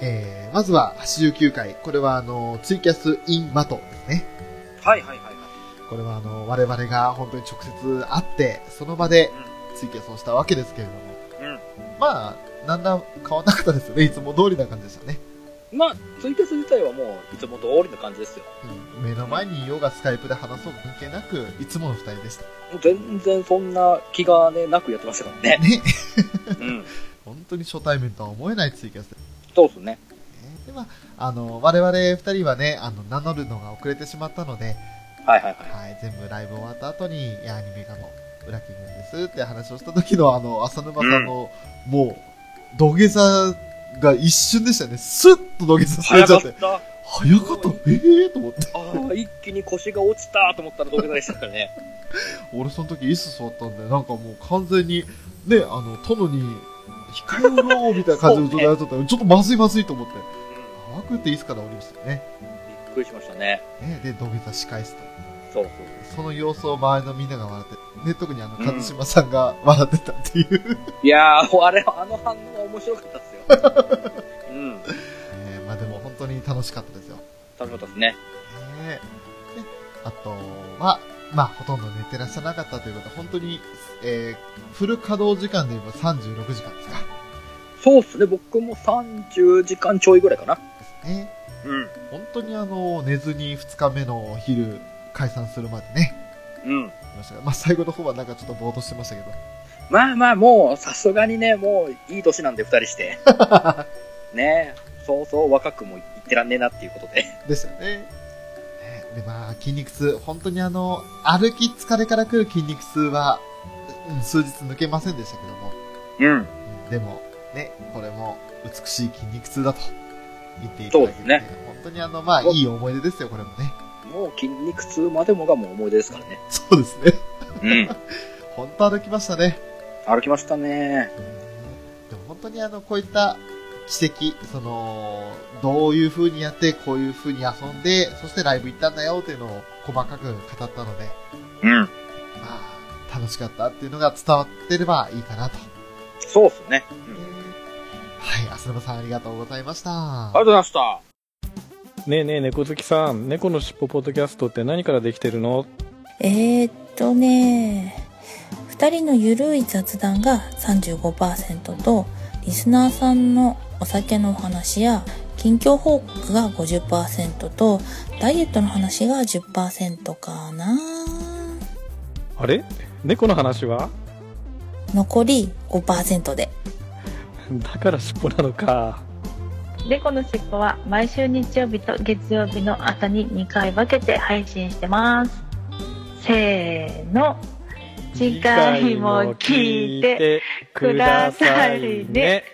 S1: えー、まずは89回。これはあの、ツイキャスインマトですね。
S2: す。はいはいはいはい。
S1: これはあの、我々が本当に直接会って、その場でツイキャスをしたわけですけれども。
S2: うん
S1: まあ、なんだ変わんなかったですよね。いつも通りな感じでしたね。
S2: まあ、ツイキャス自体はもういつも通りの感じですよ。
S1: うん目の前にいようがスカイプで話そうが関係なく、いつもの二人でした。
S2: もう全然そんな気がね、なくやってましたから ね。
S1: ね。
S2: うん。
S1: 本当に初対面とは思えないツイキャスで。
S2: そうですね。
S1: でまあ、あの、我々二人はね、あの、名乗るのが遅れてしまったので、
S2: はいはいは
S1: は
S2: い。
S1: い、全部ライブ終わった後に、いや、アニメがもう、裏キングですって話をした時の、あの、浅沼さんの、もう、土下座が一瞬でしたね。スッと土下座され
S2: 早
S1: ちゃ
S2: か
S1: っ。
S2: ってた。
S1: 早かった。ええー、と思って。
S2: ああ、一気に腰が落ちたと思ったら土下座でしたから ね。
S1: 俺その時椅子座ったんで、なんかもう完全に、ね、あの、殿に、控えろみたいな感じの状態だったんで、ちょっとまずいまずいと思って。
S2: うん
S1: あ怖くて椅子から降りましたよね。
S2: びっくりしましたね。
S1: ねで、土下座仕返すと。
S2: そうそう。
S1: その様子を周りのみんなが笑って、ね、特にあの、勝島さんが 笑ってたっていう、
S2: いやー、あれ、あの反応は面白かったですよ。 うん。
S1: えーまあでも本当に楽しかったですよ。
S2: 楽しかったですね。
S1: ねえであとは、まあ、ほとんど寝てらっしゃらなかったということは、本当に、えーフル稼働時間で言えば36時間ですか。
S2: そうっすね、僕も30時間ちょいぐらいかな。
S1: ね、
S2: うん。
S1: 本当にあの、寝ずに2日目のお昼、解散するまでね、
S2: うん。
S1: いましたがまあ、最後の方はなんかちょっとぼーっとしてましたけど、
S2: まあまあ、もう、さすがにね、もう、いい年なんで、二人 して。ねえ、そうそう、若くも言ってらんねえなっていうことで。
S1: ですよね。ねで、まあ、筋肉痛、本当にあの、歩き疲れから来る筋肉痛は、うん数日抜けませんでしたけども、
S2: うん。
S1: うんでも、ね、これも美しい筋肉痛だと言っていただけ
S2: そう
S1: て、
S2: です
S1: 本当にあの、まあ、いい思い出ですよ、これもね。
S2: もう、筋肉痛までもがもう思い出ですからね。
S1: そうですね。
S2: うん。
S1: 本当歩きましたね。
S2: 歩きましたね。
S1: でも本当にあの、こういった奇跡、その、どういう風にやって、こういう風に遊んで、そしてライブ行ったんだよっていうのを細かく語ったので、
S2: うん。
S1: まあ、楽しかったっていうのが伝わってればいいかなと。
S2: そうっすね。うん。あり
S1: はい、浅沼さんありがとうございました。
S2: がとうございました。
S3: ねえねえ猫好きさん猫のしっぽポッドキャストって何からできてるの
S4: えー、っとね2人のゆるい雑談が35%とリスナーさんのお酒のお話や近況報告が50%とダイエットの話が10%かな
S3: あれ猫の 話は
S4: 残り5%で
S3: だからしっぽなのか
S5: 猫のしっぽは毎週日曜日と月曜日の朝に2回分けて配信してますせーの次回も聞いてくださいね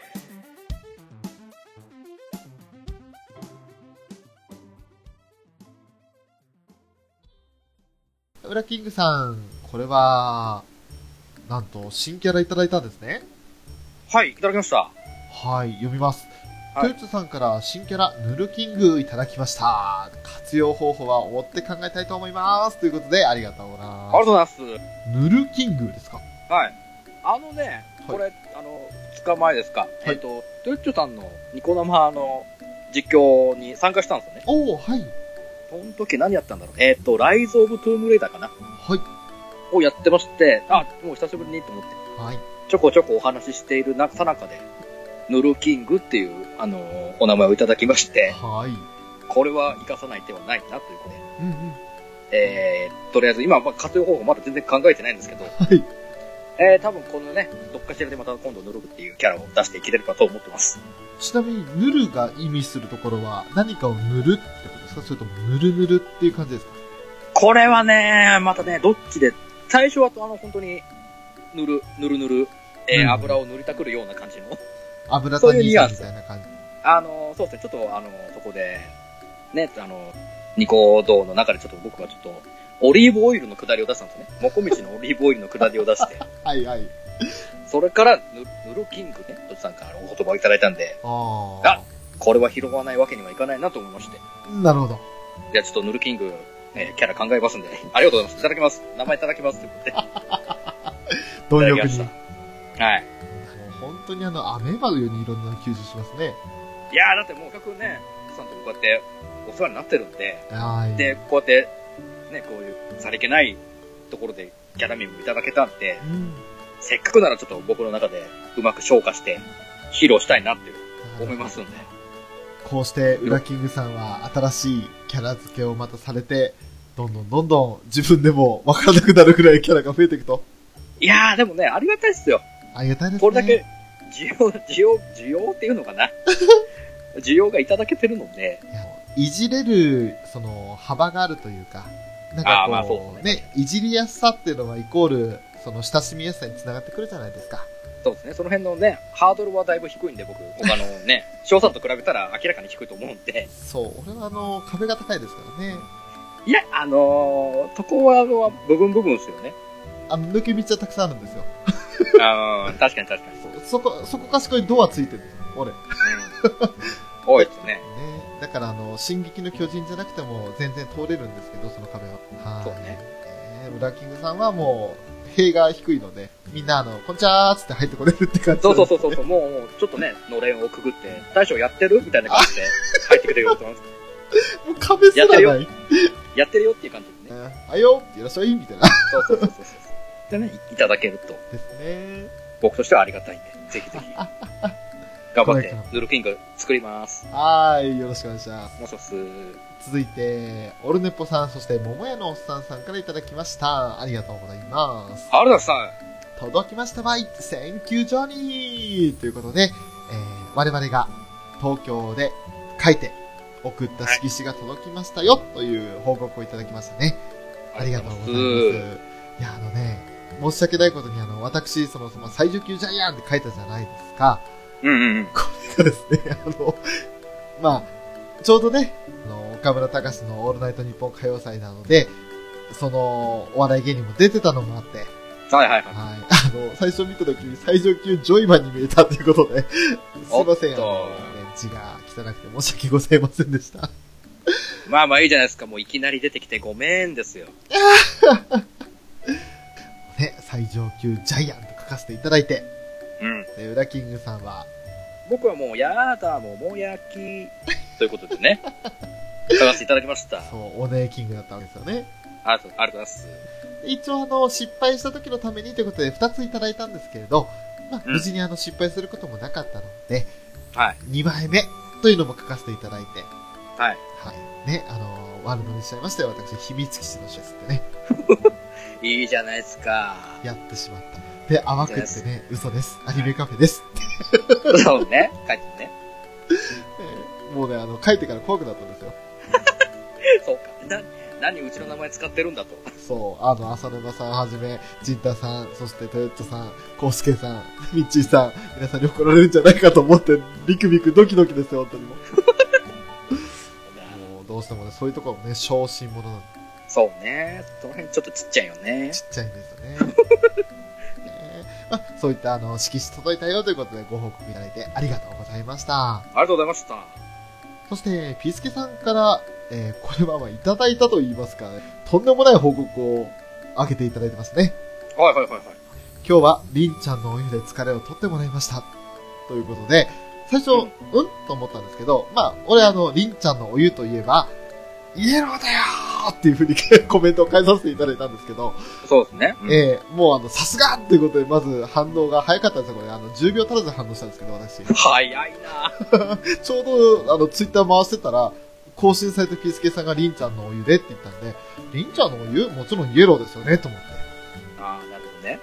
S1: ウラキングさん、これは、なんと、新キャラいただいたんですね。
S2: はい、いただきました。
S1: はい、読みます。
S2: はい
S1: トヨッツさんから新キャラ、ヌルキングいただきました。活用方法は追って考えたいと思います。ということで、ありがとうござい
S2: ありが
S1: ま
S2: とうございます。
S1: す。ヌルキングですか
S2: はい。あのね、これ、あの、2日前ですか。えっと、トヨッチョさんのニコ生の実況に参加したんですよね。
S1: おおはい。
S2: その時何やったんだろうえっと、ライズ・オブ・トゥームレイダーかな
S1: はい。
S2: をやってまして、あ、もう久しぶりにと思って、
S1: はい。
S2: ちょこちょこお話ししているなさなかで、ヌルキングっていう、あの、お名前をいただきまして、
S1: はい。
S2: これは活かさない手はないなということで、
S1: うんうん。
S2: えー、とりあえず今、まあ、活用方法まだ全然考えてないんですけど、
S1: はい。
S2: えー、多分このね、どっかしらでまた今度ヌルグっていうキャラを出していければと思ってます。
S1: ちなみに、ヌルが意味するところは、何かを塗るってことですかそれとも、ヌルヌルっていう感じですか
S2: これはね、またね、どっちで、最初はあの、本当に、塗る、塗る塗る、えー
S1: うん
S2: 油を塗りたくるような感じの、
S1: 油
S2: そう
S1: 谷
S2: いうニ
S1: さん
S2: ュアン
S1: み
S2: ス
S1: たいな感じ。
S2: あの、そうですね、ちょっとあの、そこで、ね、あの、ニコ動の中でちょっと僕はちょっと、オリーブオイルの下りを出したんですね。もこみちのオリーブオイルの下りを出 して、
S1: はいはい。
S2: それから、ぬぬるキングね、とちさんからお言葉をいただいたんで、
S1: あ
S2: これは拾わないわけにはいかないなと思いまして、
S1: あ。なるほど。
S2: じゃあちょっとぬるキング、えーキャラ考えますんで、ありがとうございます。いただきます。名前いただきますって言
S1: 貪欲に。
S2: っいただきま
S1: も
S2: して。はい。
S1: う本当にあの、アメーバのようにいろんなの吸収しますね。
S2: いやーだってもう、各ね、さんとこうやってお世話になってるんで、
S1: はい。
S2: で、こうやって、ね、こういうさりげないところでギャラミンもいただけたんで
S1: う、ん。
S2: せっかくならちょっと僕の中でうまく消化して、披露したいなって思いますんで。
S1: こうして、ウラキングさんは新しいキャラ付けをまたされて、どんどんどんどん自分でもわからなくなるくらいキャラが増えていくと。
S2: いやーでもね、ありがたいっすよ。
S1: ありがたいですね。
S2: これだけ。需要、需要、需要っていうのか な需要がいただけてるので、
S1: いじれる、その、幅があるというか、なん
S2: あーまあ
S1: か
S2: そ
S1: こ
S2: うで
S1: う、
S2: すね
S1: ね、いじりやすさっていうのはイコール、その、親しみやすさにつながってくるじゃないですか。
S2: そうですね、その辺のね、ハードルはだいぶ低いんで、僕、他の ね、翔さんと比べたら明らかに低いと思うんで、
S1: そう、俺はあの、壁が高いですからね。
S2: いや、あのー、とこは、あの部分部分ですよね。
S1: あの、抜け道はたくさんあるんですよ。
S2: あー確かに確かに。
S1: そこ、そこかしこにドアついてるんですよ、俺。ね。
S2: 多いですね。
S1: だから、あの、進撃の巨人じゃなくても全然通れるんですけど、その壁は。はい。
S2: そうね
S1: えー。ウラキングさんはもう、塀が低いので、みんなあの、こんちゃーっつって入ってこれるって感じ
S2: そ
S1: な
S2: うんそ
S1: で
S2: うそうそうそう、もう、もうちょっとね、のれんをくぐって、大将やってるみたいな感じで入ってくれようと思 って、
S1: もう壁すら
S2: やっ
S1: ない。
S2: やってるよっていう感じでね。
S1: あよいらっしゃいみたいな。
S2: そうそうそうそうそう。でね、いただけると、
S1: ですね。
S2: 僕としてはありがたいんで、ぜひぜ ひ。頑張っ
S1: これ
S2: て
S1: か、
S2: ヌルキング作ります。
S1: はーい、よろしくお願いします。
S2: もう一つ、
S1: 続いて、オルネポさん、そして、桃屋のおっさんさんからいただきました。ありがとうございます。
S2: 原田さん、
S1: 届きましたばい !Thank you, Johnny! ということで、えー我々が東京で書いて送った色紙が届きましたよという報告をいただきましたね。ありがとうございます。いや、あのね、申し訳ないことにあの、私、その、その最上級ジャイアンって書いたじゃないですか。
S2: うんうんうん。
S1: そうですね、 あの、まあ、ちょうどね、あの、岡村隆史のオールナイト日本歌謡祭なので、その、お笑い芸人も出てたのもあって、
S2: はいはいはい。
S1: はい。あの、最初見た時に最上級ジョイマンに見えたということで、すいません、
S2: お
S1: あ
S2: っと
S1: の、ね字が汚くて申し訳ございませんでした。
S2: まあまあいいじゃないですか、もういきなり出てきてごめんですよ。
S1: ね、最上級ジャイアンと書かせていただいて、
S2: うん。
S1: で、ウラキングさんは、
S2: 僕はもう、やだ、桃焼き。ということで ね、書かせていただきました。
S1: そう、オネーキングだったわけですよね。
S2: ありがとうありがとうございます。
S1: 一応あの、失敗した時のためにということで2ついただいたんですけれど、まあ、
S2: うん
S1: 無事にあの、失敗することもなかったので、
S2: はい。
S1: 2枚目というのも書かせていただいて、
S2: はい。
S1: はい。ね、あの、悪者にしちゃいましたよ、私、秘密基地のシャツってね。
S2: いいじゃないですか。
S1: やってしまった。で、淡くってね、嘘です。アニメカフェです。
S2: そうね。書いてね。
S1: もうね、あの、書いてから怖くなったんですよ。
S2: そうか。な、何うちの名前使ってるんだと。
S1: そう、あの、浅沼さんはじめ、陣太さん、そしてトヨットさん、コウスケさん、ミッチーさん、皆さんに怒られるんじゃないかと思って、ビクビクドキドキですよ、本当にもう。 もう、どうしてもね、そういうところもね、小心者なんで、
S2: そうね。その辺ちょっとちっちゃいよね。
S1: ちっちゃいんですよ ね。ねまあ、そういったあの色紙届いたよということでご報告いただいてありがとうございました。
S2: ありがとうございました。
S1: そして、ピースケさんから、えーこれはまあいただいたと言いますか、とんでもない報告をあげていただいてますね。
S2: はいはいはいはい。
S1: 今日は、りんちゃんのお湯で疲れを取ってもらいました。ということで、最初、
S2: う
S1: うんんと思ったんですけど、まあ、俺あの、りんちゃんのお湯といえば、イエローだよーっていうふうに コメントを返させていただいたんですけど、
S2: そうですね。うん
S1: えーもうあの、さすがっていうことで、まず反応が早かったんですよ、これ。あの、10秒足らず反応したんですけど、私。
S2: 早いな。
S1: ちょうど、あの、ツイッター回してたら、更新されたピースケさんがりんちゃんのお湯でって言ったんで、りんちゃんのお湯もちろんイエローですよね、と思って。
S2: ああ、なるほどね。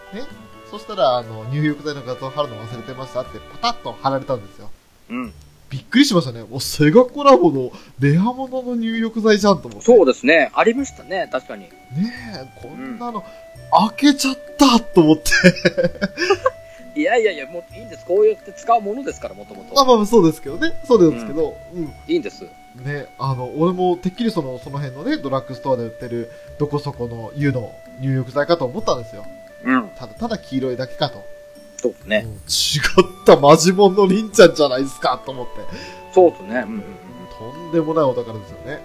S1: そしたら、あの、入浴剤の画像貼るの忘れてましたって、パタッと貼られたんですよ。
S2: うん。
S1: びっくりしましたね。もう、セガコラボのレアものの入浴剤じゃんと思って。
S2: そうですね。ありましたね。確かに。
S1: ねえ、こんなの、開けちゃったと思って。
S2: いやいやいや、もういいんです。こうやって使うものですから、もとも
S1: まあ
S2: と。
S1: まあ、そうですけどね。そうなんですけど、うん。
S2: いいんです。
S1: ね、あの、俺もてっきりその、その辺のね、ドラッグストアで売ってる、どこそこの湯の入浴剤かと思ったんですよ。
S2: うん。
S1: ただただ黄色いだけかと。
S2: そうです
S1: う
S2: ね。
S1: ん違ったマジモンのりんちゃんじゃないですかと思って。
S2: そうですね。うんうんうん。
S1: とんでもないお宝ですよね。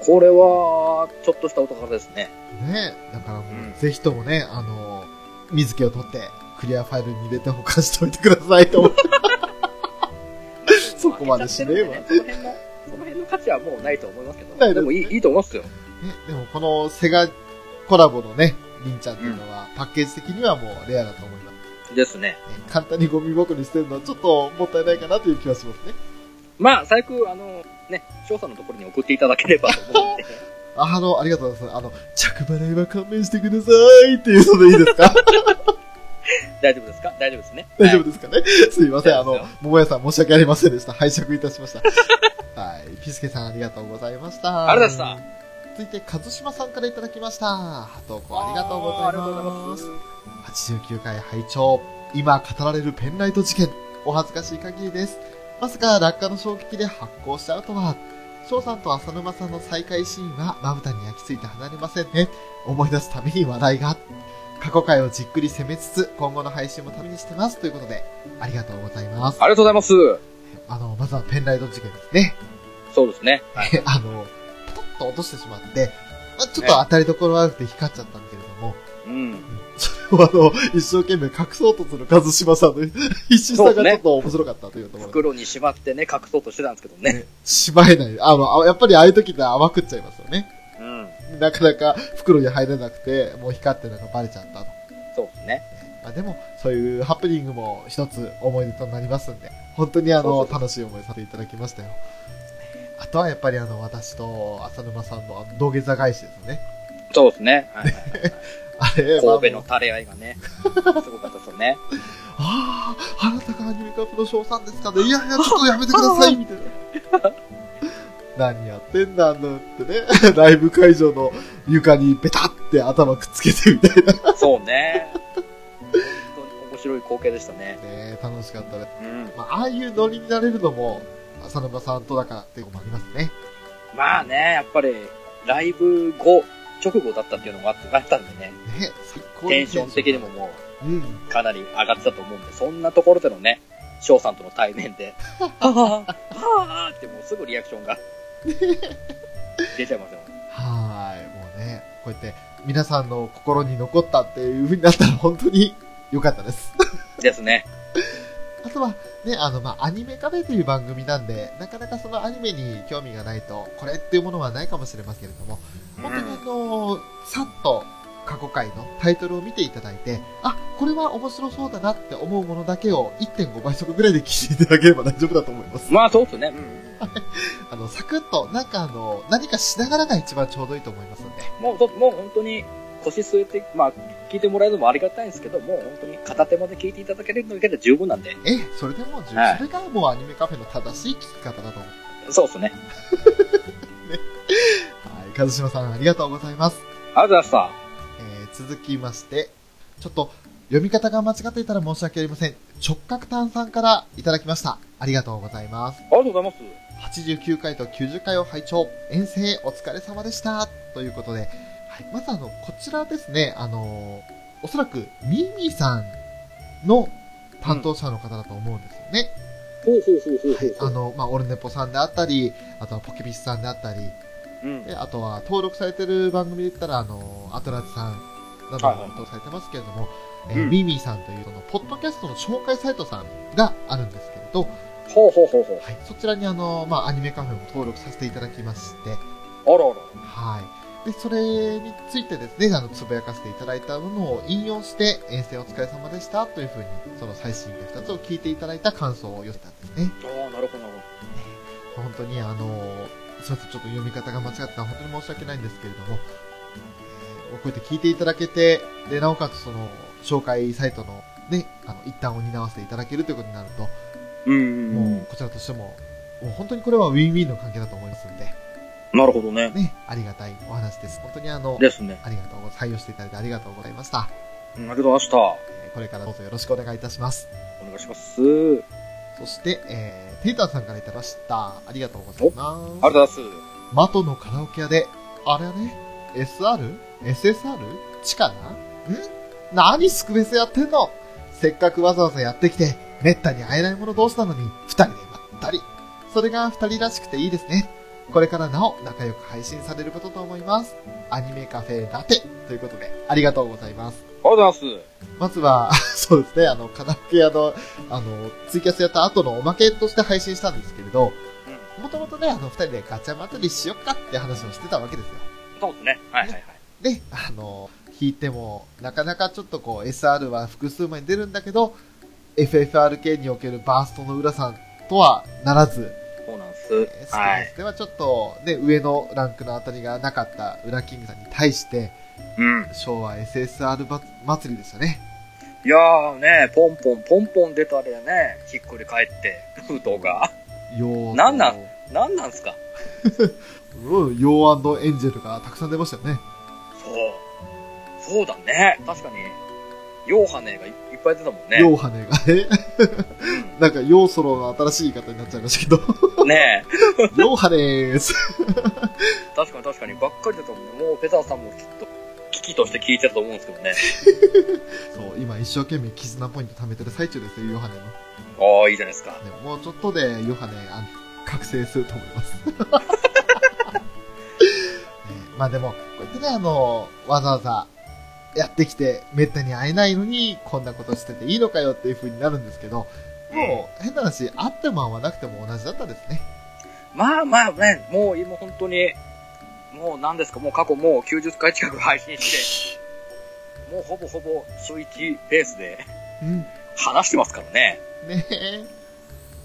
S2: これは、ちょっとしたお宝ですね。
S1: ねえ。だからもう、
S2: うん
S1: ぜひともね、あの、水気を取って、クリアファイルに入れて保管しておいてくださいと思 って。そこまでしねえわ。
S2: 開
S1: ね
S2: けちゃってるんでねその辺のその辺の価値はもうないと思いますけ
S1: ない
S2: ど。
S1: です
S2: でもいい、いいと思いますよ。
S1: でもこのセガコラボのね、りんちゃんっていうのは、パッケージ的にはもうレアだと思います。
S2: ですね。
S1: ね簡単にゴミ箱に捨てるのはちょっともったいないかなという気はしますね。
S2: まあ、最悪、あの、ね、翔さんのところに送っていただければと思って。
S1: あの、ありがとうございます。あの、着払いは勘弁してくださいっていうのでいいですか
S2: 大丈夫ですか大丈夫ですね。
S1: 大丈夫
S2: はい
S1: ですかね、 すいません。あ
S2: 大
S1: の
S2: 丈夫で、
S1: 桃屋さん申し訳ありませんでした。拝借いたしました。はい。ピスケさんありがとうございました。
S2: ありがとうございま
S1: 続いて、和島さんからいただきました。投稿ありがとうご
S2: あー
S1: ざ
S2: あ
S1: い
S2: りがとうご
S1: ま
S2: ざ
S1: す
S2: い。ます。
S1: 89回拝聴今語られるペンライト事件。お恥ずかしい限りです。まさか落下の衝撃で発光しちゃうとは。翔さんと浅沼さんの再会シーンはまぶたに焼き付いて離れませんね。思い出すために話題が。過去回をじっくり攻めつつ、今後の配信も旅にしてます。ということで、ありがとうございます
S2: あ。りがとうございます。
S1: あの、まずはペンライト事件ですね。
S2: そうですね。
S1: あの、ポトッと落としてしまって、まあ、ちょっと当たりどころ悪くて光っちゃったんだけれども、
S2: うん。
S1: あの、一生懸命隠そうとする一島さんの必死さがちょっと面白かったというところで。
S2: 袋にしまってね、隠そうとしてたんですけどね。
S1: 縛れない。あの、あやっぱりああいう時って甘くっちゃいますよね。
S2: うん。
S1: なかなか袋に入れなくて、もう光ってるのがバレちゃったと。
S2: そうですね。
S1: まあ、でも、そういうハプニングも一つ思い出となりますんで、本当にあ
S2: そう
S1: の、
S2: そう
S1: 楽しい思いさせていただきましたよ。あとはやっぱりあの、私と浅沼さんのあの土下座返しですよね。
S2: そうですね。はいはいはい
S1: あれ、
S2: 神戸の
S1: まあ
S2: 垂れ合いがね、すごかったですよね。
S1: ああ、あなたがアニメカップの賞賛ですか ね。いやいや、ちょっとやめてください、みたいな。 何やってんだ、あのってね。 ライブ会場の床にベタって頭くっつけてみたいな
S2: そうね。本当に面白い光景でしたね。
S1: ね。楽しかったね。
S2: うん。
S1: まあ、ああいうノリになれるのも、浅沼さんとだからっていうのもありますね。
S2: まあね、やっぱり、ライブ後、直後だったっていうのもあってあったんでね、
S1: ね、最高
S2: テンション的にも。も
S1: うん。
S2: う、かなり上がってたと思うんで、そんなところでのね、翔さんとの対面で、はぁはぁ、はぁってもうすぐリアクションが、出ちゃいますよ。
S1: はーい。もうね、こうやって皆さんの心に残ったっていう風になったら本当に良かったです。
S2: ですね。
S1: あとは、ね、あの、まあ、アニメカフェという番組なんで、なかなかそのアニメに興味がないと、これっていうものはないかもしれませんけれども、
S2: うん
S1: 本当にあの、さっと過去回のタイトルを見ていただいて、あ、これは面白そうだなって思うものだけを1.5倍速ぐらいで聞いていただければ大丈夫だと思います。
S2: まあそうですね。うん。
S1: あの、サクッと、なんかあの、何かしながらが一番ちょうどいいと思いますんで。
S2: もうそ、もう本当に腰据えて、まあ、聞いてもらえるのもありがたいんですけど、もう本当に片手まで聞いていただけるだけで十分なんで。
S1: ええ、それでも十分、
S2: はい
S1: それがもうアニメカフェの正しい聞き方だと思う。
S2: そうですね。
S1: はい、和島さんありがとうございます。
S2: ありがとうございま
S1: えー続きまして、ちょっと読み方が間違っていたら申し訳ありません。直角炭さんからいただきました。ありがとうございます。
S2: した。ありがとうございます。
S1: 89回と90回を拝聴。遠征お疲れ様でした。ということで、はい、まずあの、こちらですね、あのーおそらくミーミーさんの担当者の方だと思うんですよね。
S2: ほうほうほうほう
S1: はい、
S2: ほう。
S1: あの、まあ、オルネポさんであったり、あとはポケビスさんであったり、
S2: うん。
S1: であとは登録されてる番組で言ったら、あの、アトラズさんなども
S2: はいはい
S1: 登録されてますけれども、え
S2: う
S1: ー
S2: ん
S1: ミミさんという、その、ポッドキャストの紹介サイトさんがあるんですけれど、は
S2: ほうほうほうほう。
S1: い、そちらにあの、まあ、アニメカフェも登録させていただきまして、
S2: あらあら。
S1: はい。で、それについてですね、あの、つぶやかせていただいたものを引用して、遠征お疲れ様でしたというふうに、その最新回2つを聞いていただいた感想を寄せたんですね。
S2: ああ、なるほど、なる
S1: 本当にあのすいませんちょっと読み方が間違ってたら本当に申し訳ないんですけれども、えーこうやって聞いていただけてでなおかつその紹介サイトのねあの一端を担わせていただけるということになると、
S2: ほど。うん
S1: もうこちらとしてももう本当にこれはウィンウィンの関係だと思いますんで
S2: なるほどね。
S1: ねありがたいお話です本当にあの
S2: ですね。
S1: ありがとうご採用していただいてありがとうございました、
S2: うんだけど明日、お
S1: えーこれからどうぞよろしくお願いいたします
S2: 願いします。あり
S1: そして、えー、テイタンさんからいただきましたありがとうございます
S2: がとうございま
S1: マトのカラオケ屋で、あれね、SR? SSR? 地下なん何スクベスやってんのせっかくわざわざやってきて、めったに会えない者同士なのに、二人でまったり。それが二人らしくていいですね。これからなお仲良く配信されることと思います。アニメカフェラテということで、ありがとうございます。
S2: す。ありがとうございます。
S1: まずは、 そうですね、あの、カラオケ屋の、あの、ツイキャスやった後のおまけとして配信したんですけれど、もともとね、あの、二人でガチャ祭りしよっかって話をしてたわけですよ。
S2: そうですね。はいはいはい。
S1: で、あの、弾いても、なかなかちょっとこう、SR は複数枚出るんだけど、FFRK におけるバーストの浦さんとはならず、
S2: そうなんです
S1: えース。キ
S2: は
S1: ー
S2: い。
S1: スではちょっと、ね、上のランクのあたりがなかった浦キングさんに対して、
S2: うん。
S1: 昭和 SSR ば祭りでしたね。
S2: いやーね、ポンポン、ポンポン出たでね、ひっくり返って、封筒が。
S1: よー
S2: なんなんなんなんすか
S1: うん、ヨーエンジェルがたくさん出ましたよね。
S2: そう。そうだね。確かに、ヨーハネがいいっぱい出たもんね。
S1: ヨーハネがね。 なんか、ヨーソロの新しい言い方になっちゃいましたけど。
S2: ねえ。
S1: ヨーハでーす。
S2: 確かに確かに、ばっかり出たもんね。もう、ペザーさんもきっと、危機として聞いてると思うんですけどね。
S1: そう、今一生懸命絆ポイント貯めてる最中ですよ、ヨハネの。
S2: ああ、いいじゃないですか。
S1: でももうちょっとで、ヨハネ、あの、覚醒すると思い ます。ねまあでも、こうやってね、あの、わざわざやってきて、めったに会えないのに、こんなことしてていいのかよっていう風になるんですけど、もう、変な話、会っても会わなくても同じだったですね。
S2: まあまあね、もう今本当に、もう何ですか、もう過去もう90回近く配信して、もうほぼほぼ週1ペースで
S1: うん。
S2: 話してますからね。
S1: ねえ。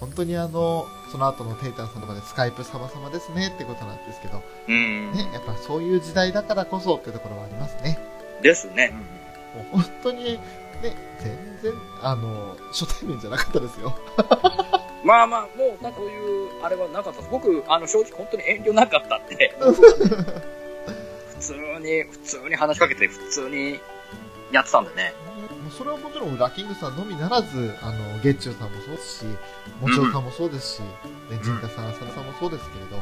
S1: 本当にあの、その後のテイタンさんとかでスカイプ様様ですねってことなんですけど、
S2: うん。
S1: ね、やっぱそういう時代だからこそってところはありますね。
S2: ですね。
S1: もう本当に、ね、全然、あの、初対面じゃなかったですよ。
S2: まあまあ、もうなんかそういう、あれはなかったです。僕、あの、正直本当に遠慮なかったんで、普通に、普通に話しかけて、普通にやってたんでね。
S1: もうそれはもちろんラッキングさんのみならず、あの、ゲッチューさんもそうですし、もちろさんもそうですし、ね、ジンタさん、浅田さんもそうですけれど、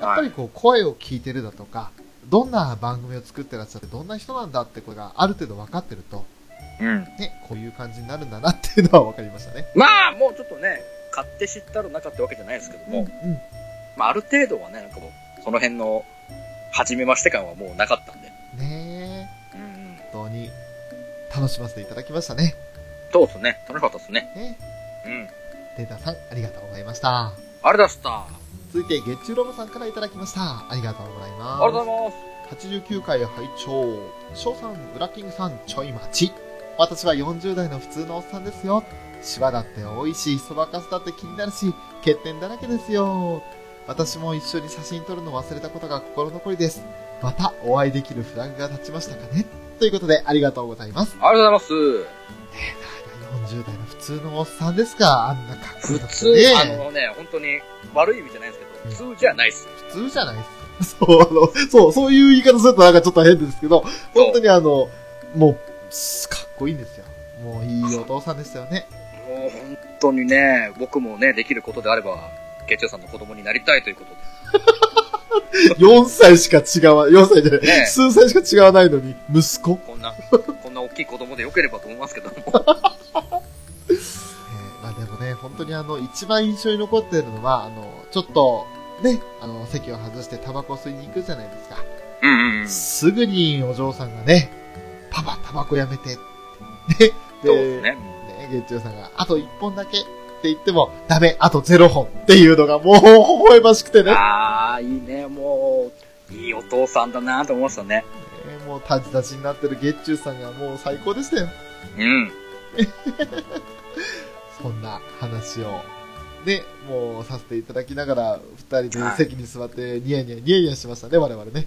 S1: やっぱりこう、声を聞いてるだとか、どんな番組を作ってらっしゃって、どんな人なんだってことがある程度分かってると、
S2: うん。
S1: ね、こういう感じになるんだなっていうのは分かりましたね。
S2: まあ、もうちょっとね、買って知ったらなかったわけじゃないですけども、
S1: うん。
S2: まあ、ある程度はね、なんかもう、その辺の、初めまして感はもうなかったんで。
S1: ねえ、
S2: うん。
S1: 本当に、楽しませていただきましたね。
S2: そうですね。楽しかったですね。
S1: ね、
S2: うん。
S1: データさん、ありがとうございました。
S2: あれだした。
S1: 続いて、月中ロボさんからいただきました。ありがとうございます。
S2: ありがとうございます。
S1: 89回拝聴翔さん、ウラキングさん、ちょい待ち。私は40代の普通のおっさんですよ。シワだって多いし、そばかすだって気になるし、欠点だらけですよ。私も一緒に写真撮るの忘れたことが心残りです。またお会いできるフラグが立ちましたかねということで、ありがとうございます。
S2: ありがとうございます。
S1: 40代の普通のおっさんですかあんな格好
S2: 普
S1: だって
S2: 通、
S1: ね。
S2: あのね、本当に悪い意味じゃないですけど、普通じゃないっす。
S1: 普通じゃないですか。そう、あの、そう、そういう言い方するとなんかちょっと変ですけど、本当にあの、もう、すかっこいいんですよ。もういいお父さんでしたよ ね。
S2: もう本当にね、僕もね、できることであれば、ゲッチョさんの子供になりたいということです。
S1: 4歳しか違わ、4歳じゃない、
S2: ねえ
S1: 数歳しか違わないのに、息子、
S2: こんな、こんな大きい子供でよければと思いますけども。
S1: えーまあでもね、本当にあの、一番印象に残っているのは、あの、ちょっと、ね、あの、席を外してタバコ吸いに行くじゃないですか。
S2: うんうんうん。
S1: すぐにお嬢さんがね、パパ、タバコやめて。で、
S2: そうですね。
S1: ね、月中さんが、あと1本だけって言っても、ダメ、あと0本っていうのがもう、微笑ましくてね。
S2: ああ、いいね、もう、いいお父さんだなと思いましたね。
S1: えーもう、タジタジになってる月中さんがもう最高でしたよ。
S2: うん。
S1: そんな話を、ね、もうさせていただきながら、二人で
S2: はい
S1: 席に座って、ニヤニヤ、ニヤニヤしましたね、我々ね。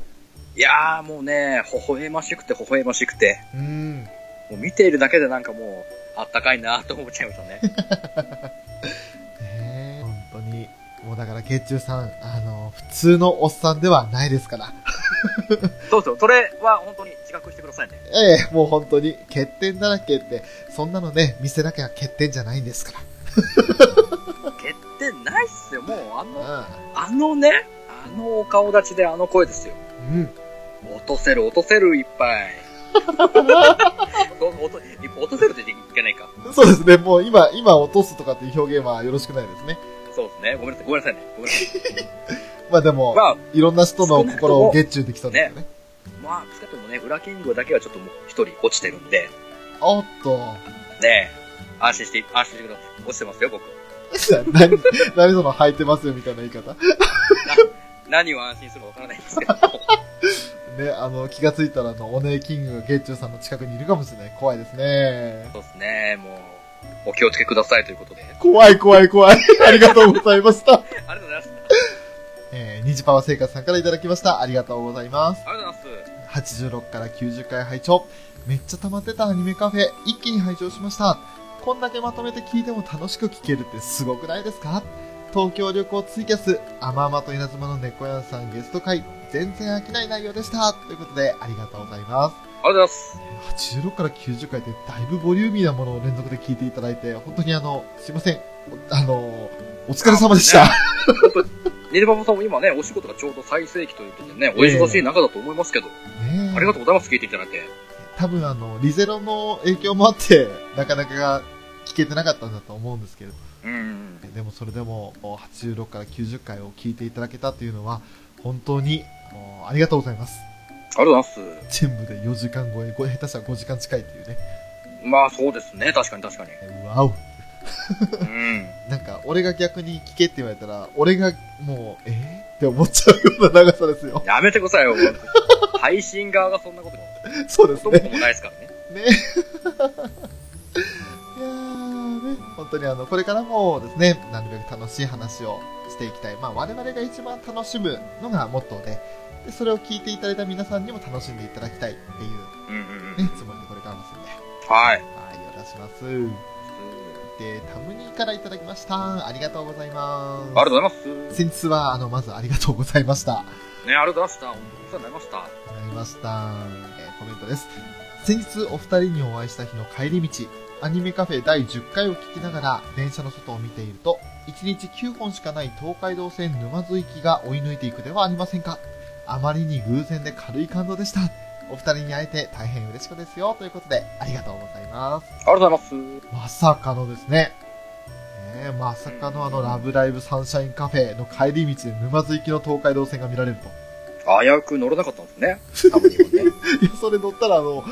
S2: いやーもうね、微笑ましくて微笑ましくて、
S1: うん。
S2: もう見ているだけでなんかもう、あったかいなと思っちゃいましたね。
S1: ねえ本当に。もうだから、月中さん、あの、普通のおっさんではないですから。
S2: そうそう、それは本当に自覚してくださ いね。
S1: ええもう本当に、欠点だらけって、そんなのね、見せなきゃ欠点じゃないんですから。
S2: 欠点ないっすよ、もう、あの、
S1: うん
S2: あのね、あのお顔立ちであの声ですよ。
S1: うん。
S2: 落とせる、落とせる、いっぱい。そう落と落とせるって言っていけないか。
S1: そうですね。もう今、今落とすとかっていう表現はよろしくないですね。
S2: そうですね。ごめんなさい、ごめんなさいね。ごめんなさい。
S1: まあでも、
S2: まあ、
S1: いろんな人の心を月中できそうですよね。
S2: まあ、少なくともね、裏キングだけはちょっともう一人落ちてるんで、
S1: おっと。
S2: ねえ、安心して、安心してください。落ちてますよ、僕。
S1: 何、何その履いてますよみたいな言い方。
S2: 何を安心するかわからないんですけど。
S1: ね、あの、気がついたらあの、お姉キングが月中さんの近くにいるかもしれない。怖いですね。
S2: そうですね、もう、お気をつけくださいということで。
S1: 怖い怖い怖い。ありがとうございました。
S2: ありがとうございます。
S1: えー、ニジパワ生活さんからいただきました。ありがとうございます。
S2: ありがとうございます。
S1: 86から90回拝聴めっちゃ溜まってたアニメカフェ一気に拝聴しましたこんだけまとめて聞いても楽しく聞けるってすごくないですか東京旅行ツイキャス甘々と稲妻の猫屋さんゲスト会全然飽きない内容でしたということでありがとうございます
S2: ありがとうございます。
S1: 86から90回ってだいぶボリューミーなものを連続で聞いていただいて本当にあのすいませんおあのお疲れ様でした、
S2: ニルババさんも今ね、お仕事がちょうど最盛期ということでね、お忙しい中だと思いますけど、
S1: ねえ
S2: ありがとうございます、聞いていただいて。
S1: 多分あの、リゼロの影響もあって、なかなか聞けてなかったんだと思うんですけれど
S2: うん。
S1: でもそれでも86から90回を聞いていただけたというのは本当にもうありがとうございます
S2: ありがとうございま
S1: 全部で4時間超えこれ下手したら5時間近いっていうね
S2: す。まあそうですね、確かに確かに。
S1: わお
S2: うん。
S1: なんか俺が逆に聞けって言われたら俺がもうえー、って思っちゃうような長さですよ
S2: やめてくださいよ。配信側がそんなことも、
S1: そうです
S2: そんな
S1: ね
S2: こともないですからね。
S1: ねいやーね本当にあのこれからもですねなるべく楽しい話をしていきたい、まあ、我々が一番楽しむのがモットーででそれを聞いていただいた皆さんにも楽しんでいただきたいっていう、
S2: うんうんうん。
S1: ね、つもりでこれからもですね
S2: は
S1: は
S2: い。
S1: いよろしくお願いしますでタムニーからいただきましたありがとうございま
S2: あ
S1: す
S2: りがとうございます。
S1: 先日はあのまずありがとうございました
S2: ね、ありがとうございました。本当にお世話になりました。
S1: なりました、えーコメントです先日お二人にお会いした日の帰り道アニメカフェ第10回を聞きながら電車の外を見ていると1日9本しかない東海道線沼津行きが追い抜いていくではありませんかあまりに偶然で軽い感動でしたお二人に会えて大変嬉しくですよということでありがとうございます
S2: ありがとうございます。
S1: まさかのですねねえまさかのあの、ラブライブサンシャインカフェの帰り道で沼津行きの東海道線が見られると。
S2: 危うく乗れなかったんですね。多分今ね。
S1: いや、それ乗ったら、あの、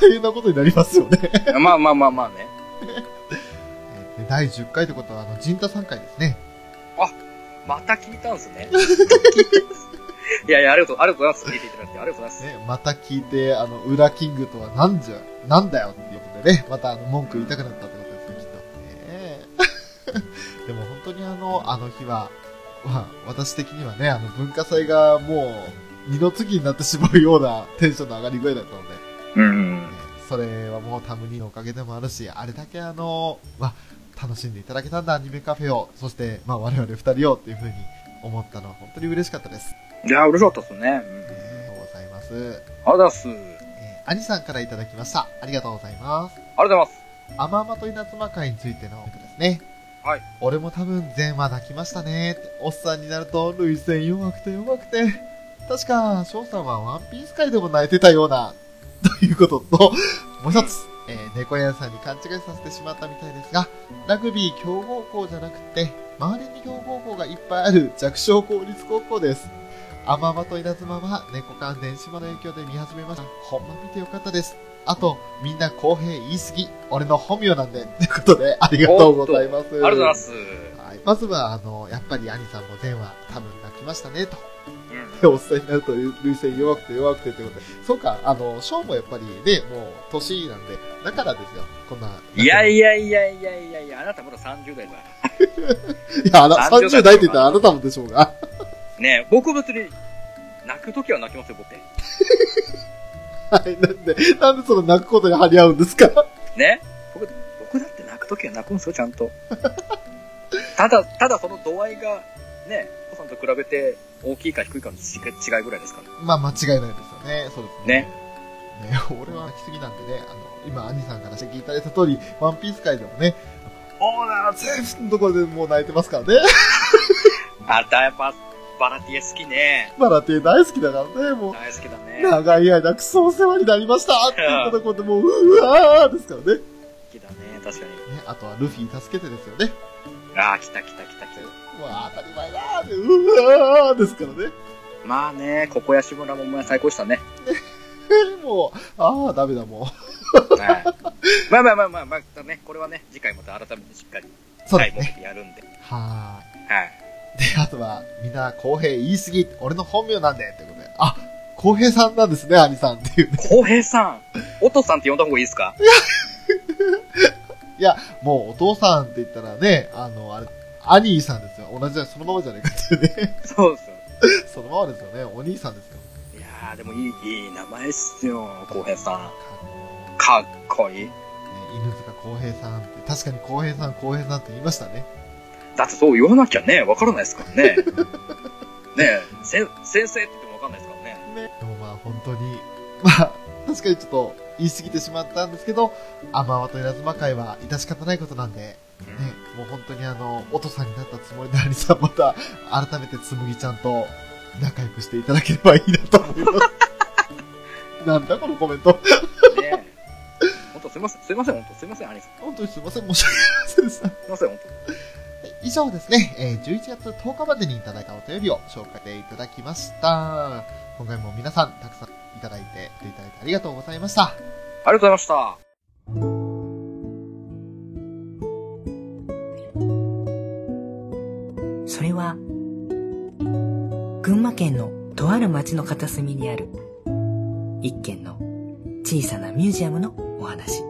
S1: 大変なことになりますよね。
S2: まあまあまあまあね。
S1: えで第10回ということは、あの、陣太3回ですね。
S2: また聞いたんです ね。いやいや、ありがとう、ありがとうございます。聞いていただいて、ありがとうございます。
S1: ね、また聞いて、あの、裏キングとは何じゃ、なんだよっていうことでね、またあの、文句言いたくなったってことですね、きっと。ねえ でも本当にあの、あの日は、まあ、私的にはね、あの、文化祭がもう、二の次になってしまうようなテンションの上がり具合だったので、
S2: うん。
S1: それはもうタムニーのおかげでもあるし、あれだけあの、まあ、楽しんでいただけたんだ、アニメカフェを、そして、まあ、我々二人をっていうふうに思ったのは本当に嬉しかったです。
S2: いや、嬉しかったですね。うん
S1: ありがとうございます。
S2: ありがとうございます。
S1: えー、アニさんからいただきました。ありがとうございます。
S2: ありがとうございます。
S1: あまあまと稲妻会についてのことですね。
S2: はい。
S1: 俺も多分前話泣きましたねって。おっさんになると、涙腺弱くて弱くて。確か、翔さんはワンピース界でも泣いてたような、ということと、もう一つ、えー猫屋さんに勘違いさせてしまったみたいですが、ラグビー強豪校じゃなくて、周りに強豪校がいっぱいある弱小公立高校です。アママと稲妻は猫缶電子マの影響で見始めました。ほんま見てよかったです。あと、みんな公平言い過ぎ。俺の本名なんで。ということで、ありがとうございます。あり
S2: ありがとうございます。
S1: はい、まずは、あの、やっぱり兄さんも前話、多分泣きましたね、と。
S2: うん
S1: で、おっさんになると、累戦弱くて弱くてってことで。そうか、あの、ショーもやっぱりね、もう、年なんで、だからですよ、こんな。
S2: いやい
S1: や。
S2: やいやいやいやいや、あなたまだ30代だ。
S1: いや、あら、
S2: 30
S1: 30代って言ったらあなたもでしょうが。
S2: ねえ僕別に、泣くときは泣きますよ、僕って。
S1: はい、なんで、なんでその泣くことに張り合うんですか
S2: ね僕、僕だって泣くときは泣くんですよ、ちゃ んと。ただ、ただその度合いが、ね、お子さんと比べて大きいか低いかの違い違いぐらいですから。
S1: まあ、間違いないですよね。そうですね。
S2: ね。
S1: ね、俺は泣きすぎなんでね、あの、今、兄さんから指摘いただいた通り、ワンピース界でもね、オーナーセーフのところでもう泣いてますからね。
S2: あんたやっぱ、バラティエ好きね。
S1: バラテ大好きだからね、もう。
S2: 大好きだね。好
S1: 長い間、クソお世話になりましたって言ったところでもう、うわーですからね。
S2: きだね、確かに。
S1: ねあとはルフィ助けてですよね。
S2: ああ、来た来た来た来た。
S1: うわあ当たり前だーって、うわーですからね。
S2: まあね、ここやし村もお前最高でしたね。
S1: えーもう、ああ、ダメだも
S2: はい。まあまあまあまあ、まあね、これはね、次回また改めてしっかり、
S1: う。そう
S2: は
S1: で
S2: い、
S1: す
S2: も
S1: ね。
S2: うやるんで。
S1: は
S2: はい。
S1: ーい。で、あとは、みんな、公平言い過ぎ、俺の本名なんで、ってことで。あ、公平さんなんですね、兄さんっていうね。
S2: 浩平さん、おとさんって呼んだ方がいいですか
S1: もう、お父さんって言ったらね、あの、あれ、兄さんですよ。同じだそのままじゃねえかっていうね。
S2: そうですよ。
S1: そのままですよね。お兄さんですよ。
S2: いやー、でもいい、いい名前っすよ、浩平さん
S1: か。っ
S2: かっこ
S1: こ
S2: いい。
S1: いいね、犬塚公平さんって、確かに公平さん、公平さんって言いましたね。
S2: だってそう言わなきゃね、わからないですから ね。ねえ、せん先生って言ってもわかんないですからね。
S1: でもまあ本当に、 まあ、確かにちょっと言い過ぎてしまったんですけど、アマワと稲妻会は致し方ないことなんで、ね、もう本当にあの、お父さんになったつもりでありさん、また改めてつむぎちゃんと仲良くしていただければい いなと思います。なんだこのコメント。
S2: ねえ。おとすいません、すいません、本当すいません、兄さん。
S1: 本当にすいません、申し訳ありませんでした。
S2: すいません、本
S1: 以上ですね、えー11月10日までにいただいたお便りを紹介していただきました。今回も皆さん、たくさんいただいて、来ていただいてありがとうございました。
S2: 当。ありがとうございました。
S6: それは、群馬県のとある町の片隅にある、一軒の小さなミュージアムのお話。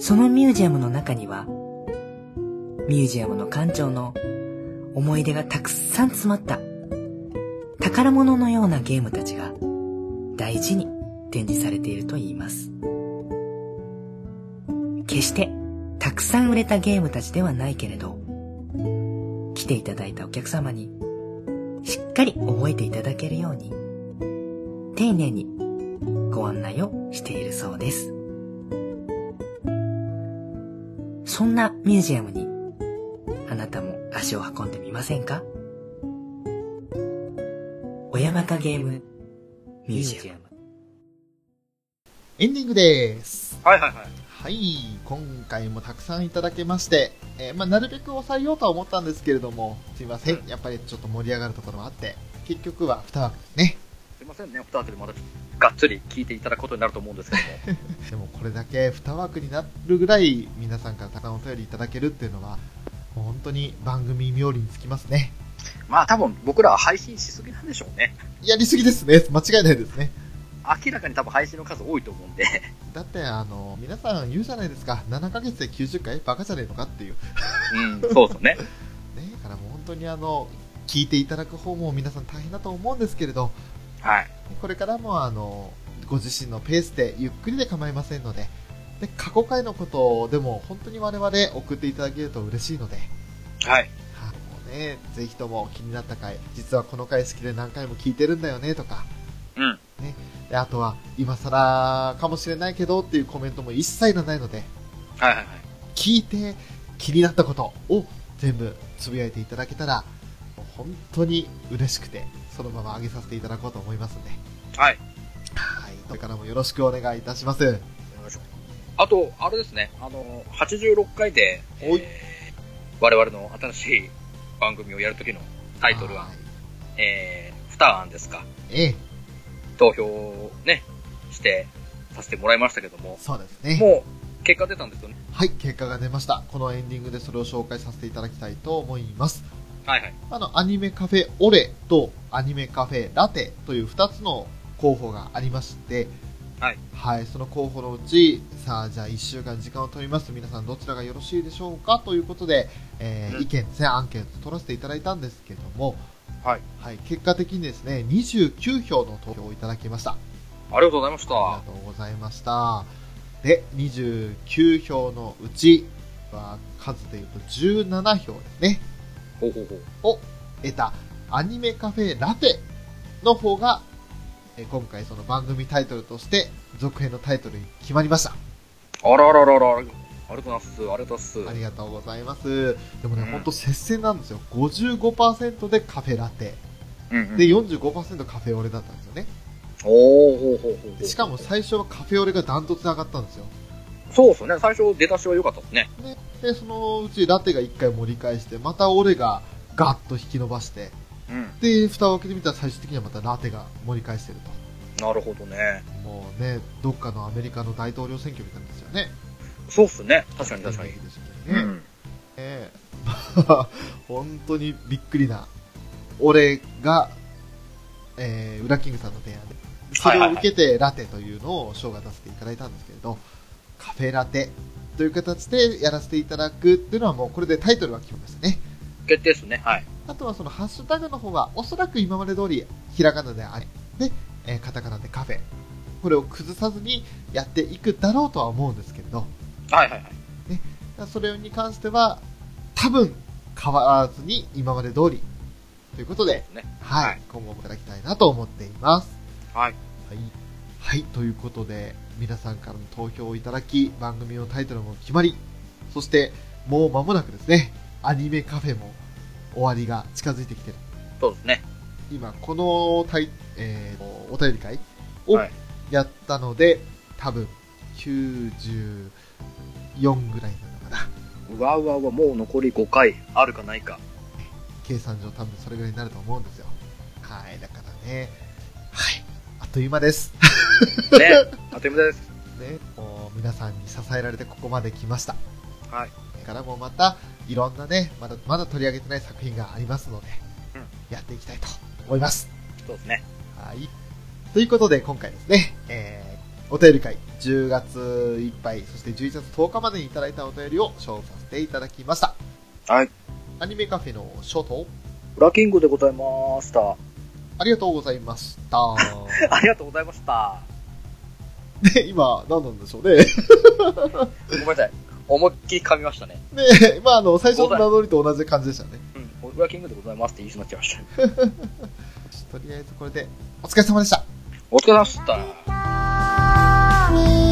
S6: そのミュージアムの中には、ミュージアムの館長の思い出がたくさん詰まった宝物のようなゲームたちが大事に展示されているといいます。決してたくさん売れたゲームたちではないけれど、来ていただいたお客様に、しっかり覚えていただけるように、丁寧にご案内をしているそうです。そんなミュージアムに、あなたも足を運んでみませんか小山かゲームミュージアム。
S1: エンディングです。
S2: はいはいはい。
S1: はい、今回もたくさんいただけまして、えーまあ、なるべく抑えようとは思ったんですけれども、すいません、やっぱりちょっと盛り上がるところもあって、結局は2枠ですね。
S2: すいませんね、二枠でまだがっつり聞いていただくことになると思うんですけども。
S1: でもこれだけ2枠になるぐらい皆さんからたくさんお便りいただけるっていうのは、もう本当に番組冥利につきますね。
S2: まあ多分僕らは配信しすぎなんでしょうね。
S1: やりすぎですね。間違いないですね。
S2: 明らかに多分配信の数多いと思うんで。
S1: だって、あの、皆さん言うじゃないですか。7ヶ月で90回バカじゃねえのかっていう。ね、
S2: うん、そうですね。
S1: だからもう本当にあの、聞いていただく方も皆さん大変だと思うんですけれど、
S2: はい。
S1: これからもあの、ご自身のペースでゆっくりで構いませんので、で、過去回のことでも本当に我々送っていただけると嬉しいので、
S2: はい。
S1: はいもうね、ぜひとも気になった回、実はこの回好きで何回も聞いてるんだよねとか、
S2: うん。
S1: であとは今更かもしれないけどっていうコメントも一切いらないので、
S2: はいはいはい。
S1: 聞いて気になったことを全部つぶやいていただけたら、もう本当に嬉しくて、そのまま上げさせていただこうと思いますんで、
S2: はい。
S1: はい、これからもよろしくお願いいたします。
S2: あと、あれですね、あの、86回で、
S1: おい
S2: えー我々の新しい番組をやるときのタイトルは、
S1: い
S2: えー、2案ですか。
S1: ええ、
S2: 投票をね、して、させてもらいましたけども、
S1: そうですね。
S2: もう、結果出たんですよね。
S1: はい、結果が出ました。このエンディングでそれを紹介させていただきたいと思います。
S2: はいはい。
S1: あの、アニメカフェオレとアニメカフェラテという2つの候補がありまして、
S2: はい。
S1: はい、その候補のうち、さあ、じゃあ1週間時間を取ります。皆さんどちらがよろしいでしょうかということで、えー
S2: うん
S1: 意見ですね、アンケート取らせていただいたんですけども、
S2: はい。
S1: はい、結果的にですね、29票の投票をいただきました。
S2: ありがとうございました。
S1: ありがとうございました。で、29票のうちは、数で言うと17票ですね。
S2: ほうほうほう。
S1: を得たアニメカフェラテの方が、えー今回その番組タイトルとして続編のタイトルに決まりました。
S2: あらあらあらあら、ありがとうございます。ありがとうござい
S1: あ
S2: ます。
S1: りがとうございます。でもね、
S2: うん
S1: ほんと接戦なんですよ。55%でカフェラテ。
S2: うんうん
S1: で、45%カフェオレだったんですよね。
S2: おーほうほうほうほ
S1: で
S2: う。
S1: しかも最初はカフェオレがダントツで上がったんですよ。
S2: そうですね、最初出だしは良かったですね。
S1: で、そのうちラテが1回盛り返して、またオレがガッと引き伸ばして、
S2: うん。
S1: で、蓋を開けてみたら最終的にはまたラテが盛り返してると。
S2: なるほどね。
S1: もうね、どっかのアメリカの大統領選挙みたいなんですよね。
S2: そうっすね。確かに確かに。
S1: ですよ
S2: う
S1: ね。ね
S2: ん。
S1: え 本当にびっくりな。俺が、えー、ウラキングさんの提案で。それを受けてラテというのを賞が出せていただいたんですけれど、カフェラテという形でやらせていただくっていうのはもうこれでタイトルは決めましたね。
S2: 決定っすね。はい。
S1: あとはそのハッシュタグの方は、おそらく今まで通り、ひらがなであり、で、えーカタカナでカフェ。これを崩さずにやっていくだろうとは思うんですけれど、
S2: はいはいはい。
S1: それに関しては、多分、変わらずに今まで通り。ということで、
S2: ね。
S1: はい、
S2: はい
S1: 今後もいただきたいなと思っています。
S2: はい。
S1: はい。はい、ということで、皆さんからの投票をいただき、番組のタイトルも決まり、そして、もう間もなくですね、アニメカフェも終わりが近づいてきてる。
S2: そうですね。
S1: 今このタイ、えーお便り会を
S2: はい
S1: やったので、多分94ぐらいなのかな
S2: うわうわうわ、もう残り5回あるかない か。
S1: 計算上多分それぐらいになると思うんですよはいだからねはいあっという間です
S2: ね、あっという間です。
S1: ね、もう皆さんに支えられてここまで来ました。
S2: はい。
S1: これからもまた、いろんなね、まだ、まだ取り上げてない作品がありますので、
S2: うん
S1: やっていきたいと思います。
S2: そうですね。
S1: はい。ということで、今回ですね、えー、お便り会、10月いっぱい、そして11月10日までにいただいたお便りを紹介させていただきました。
S2: はい。
S1: アニメカフェのショート、
S2: ブラキングでございました。
S1: ありがとうございま した。
S2: ありがとうございました。
S1: で、今、何なんでしょうね。
S2: ごめんなさい。思いっきり噛みましたね。
S1: ね、まあ、あの、最初の名乗りと同じ感じでしたね。
S2: うん。ブラキングでございますって言いそうになっちゃいま し
S1: と
S2: た。
S1: りあえずこれで、お疲れ様でした。
S2: お疲れ様でした。
S7: 「みんなで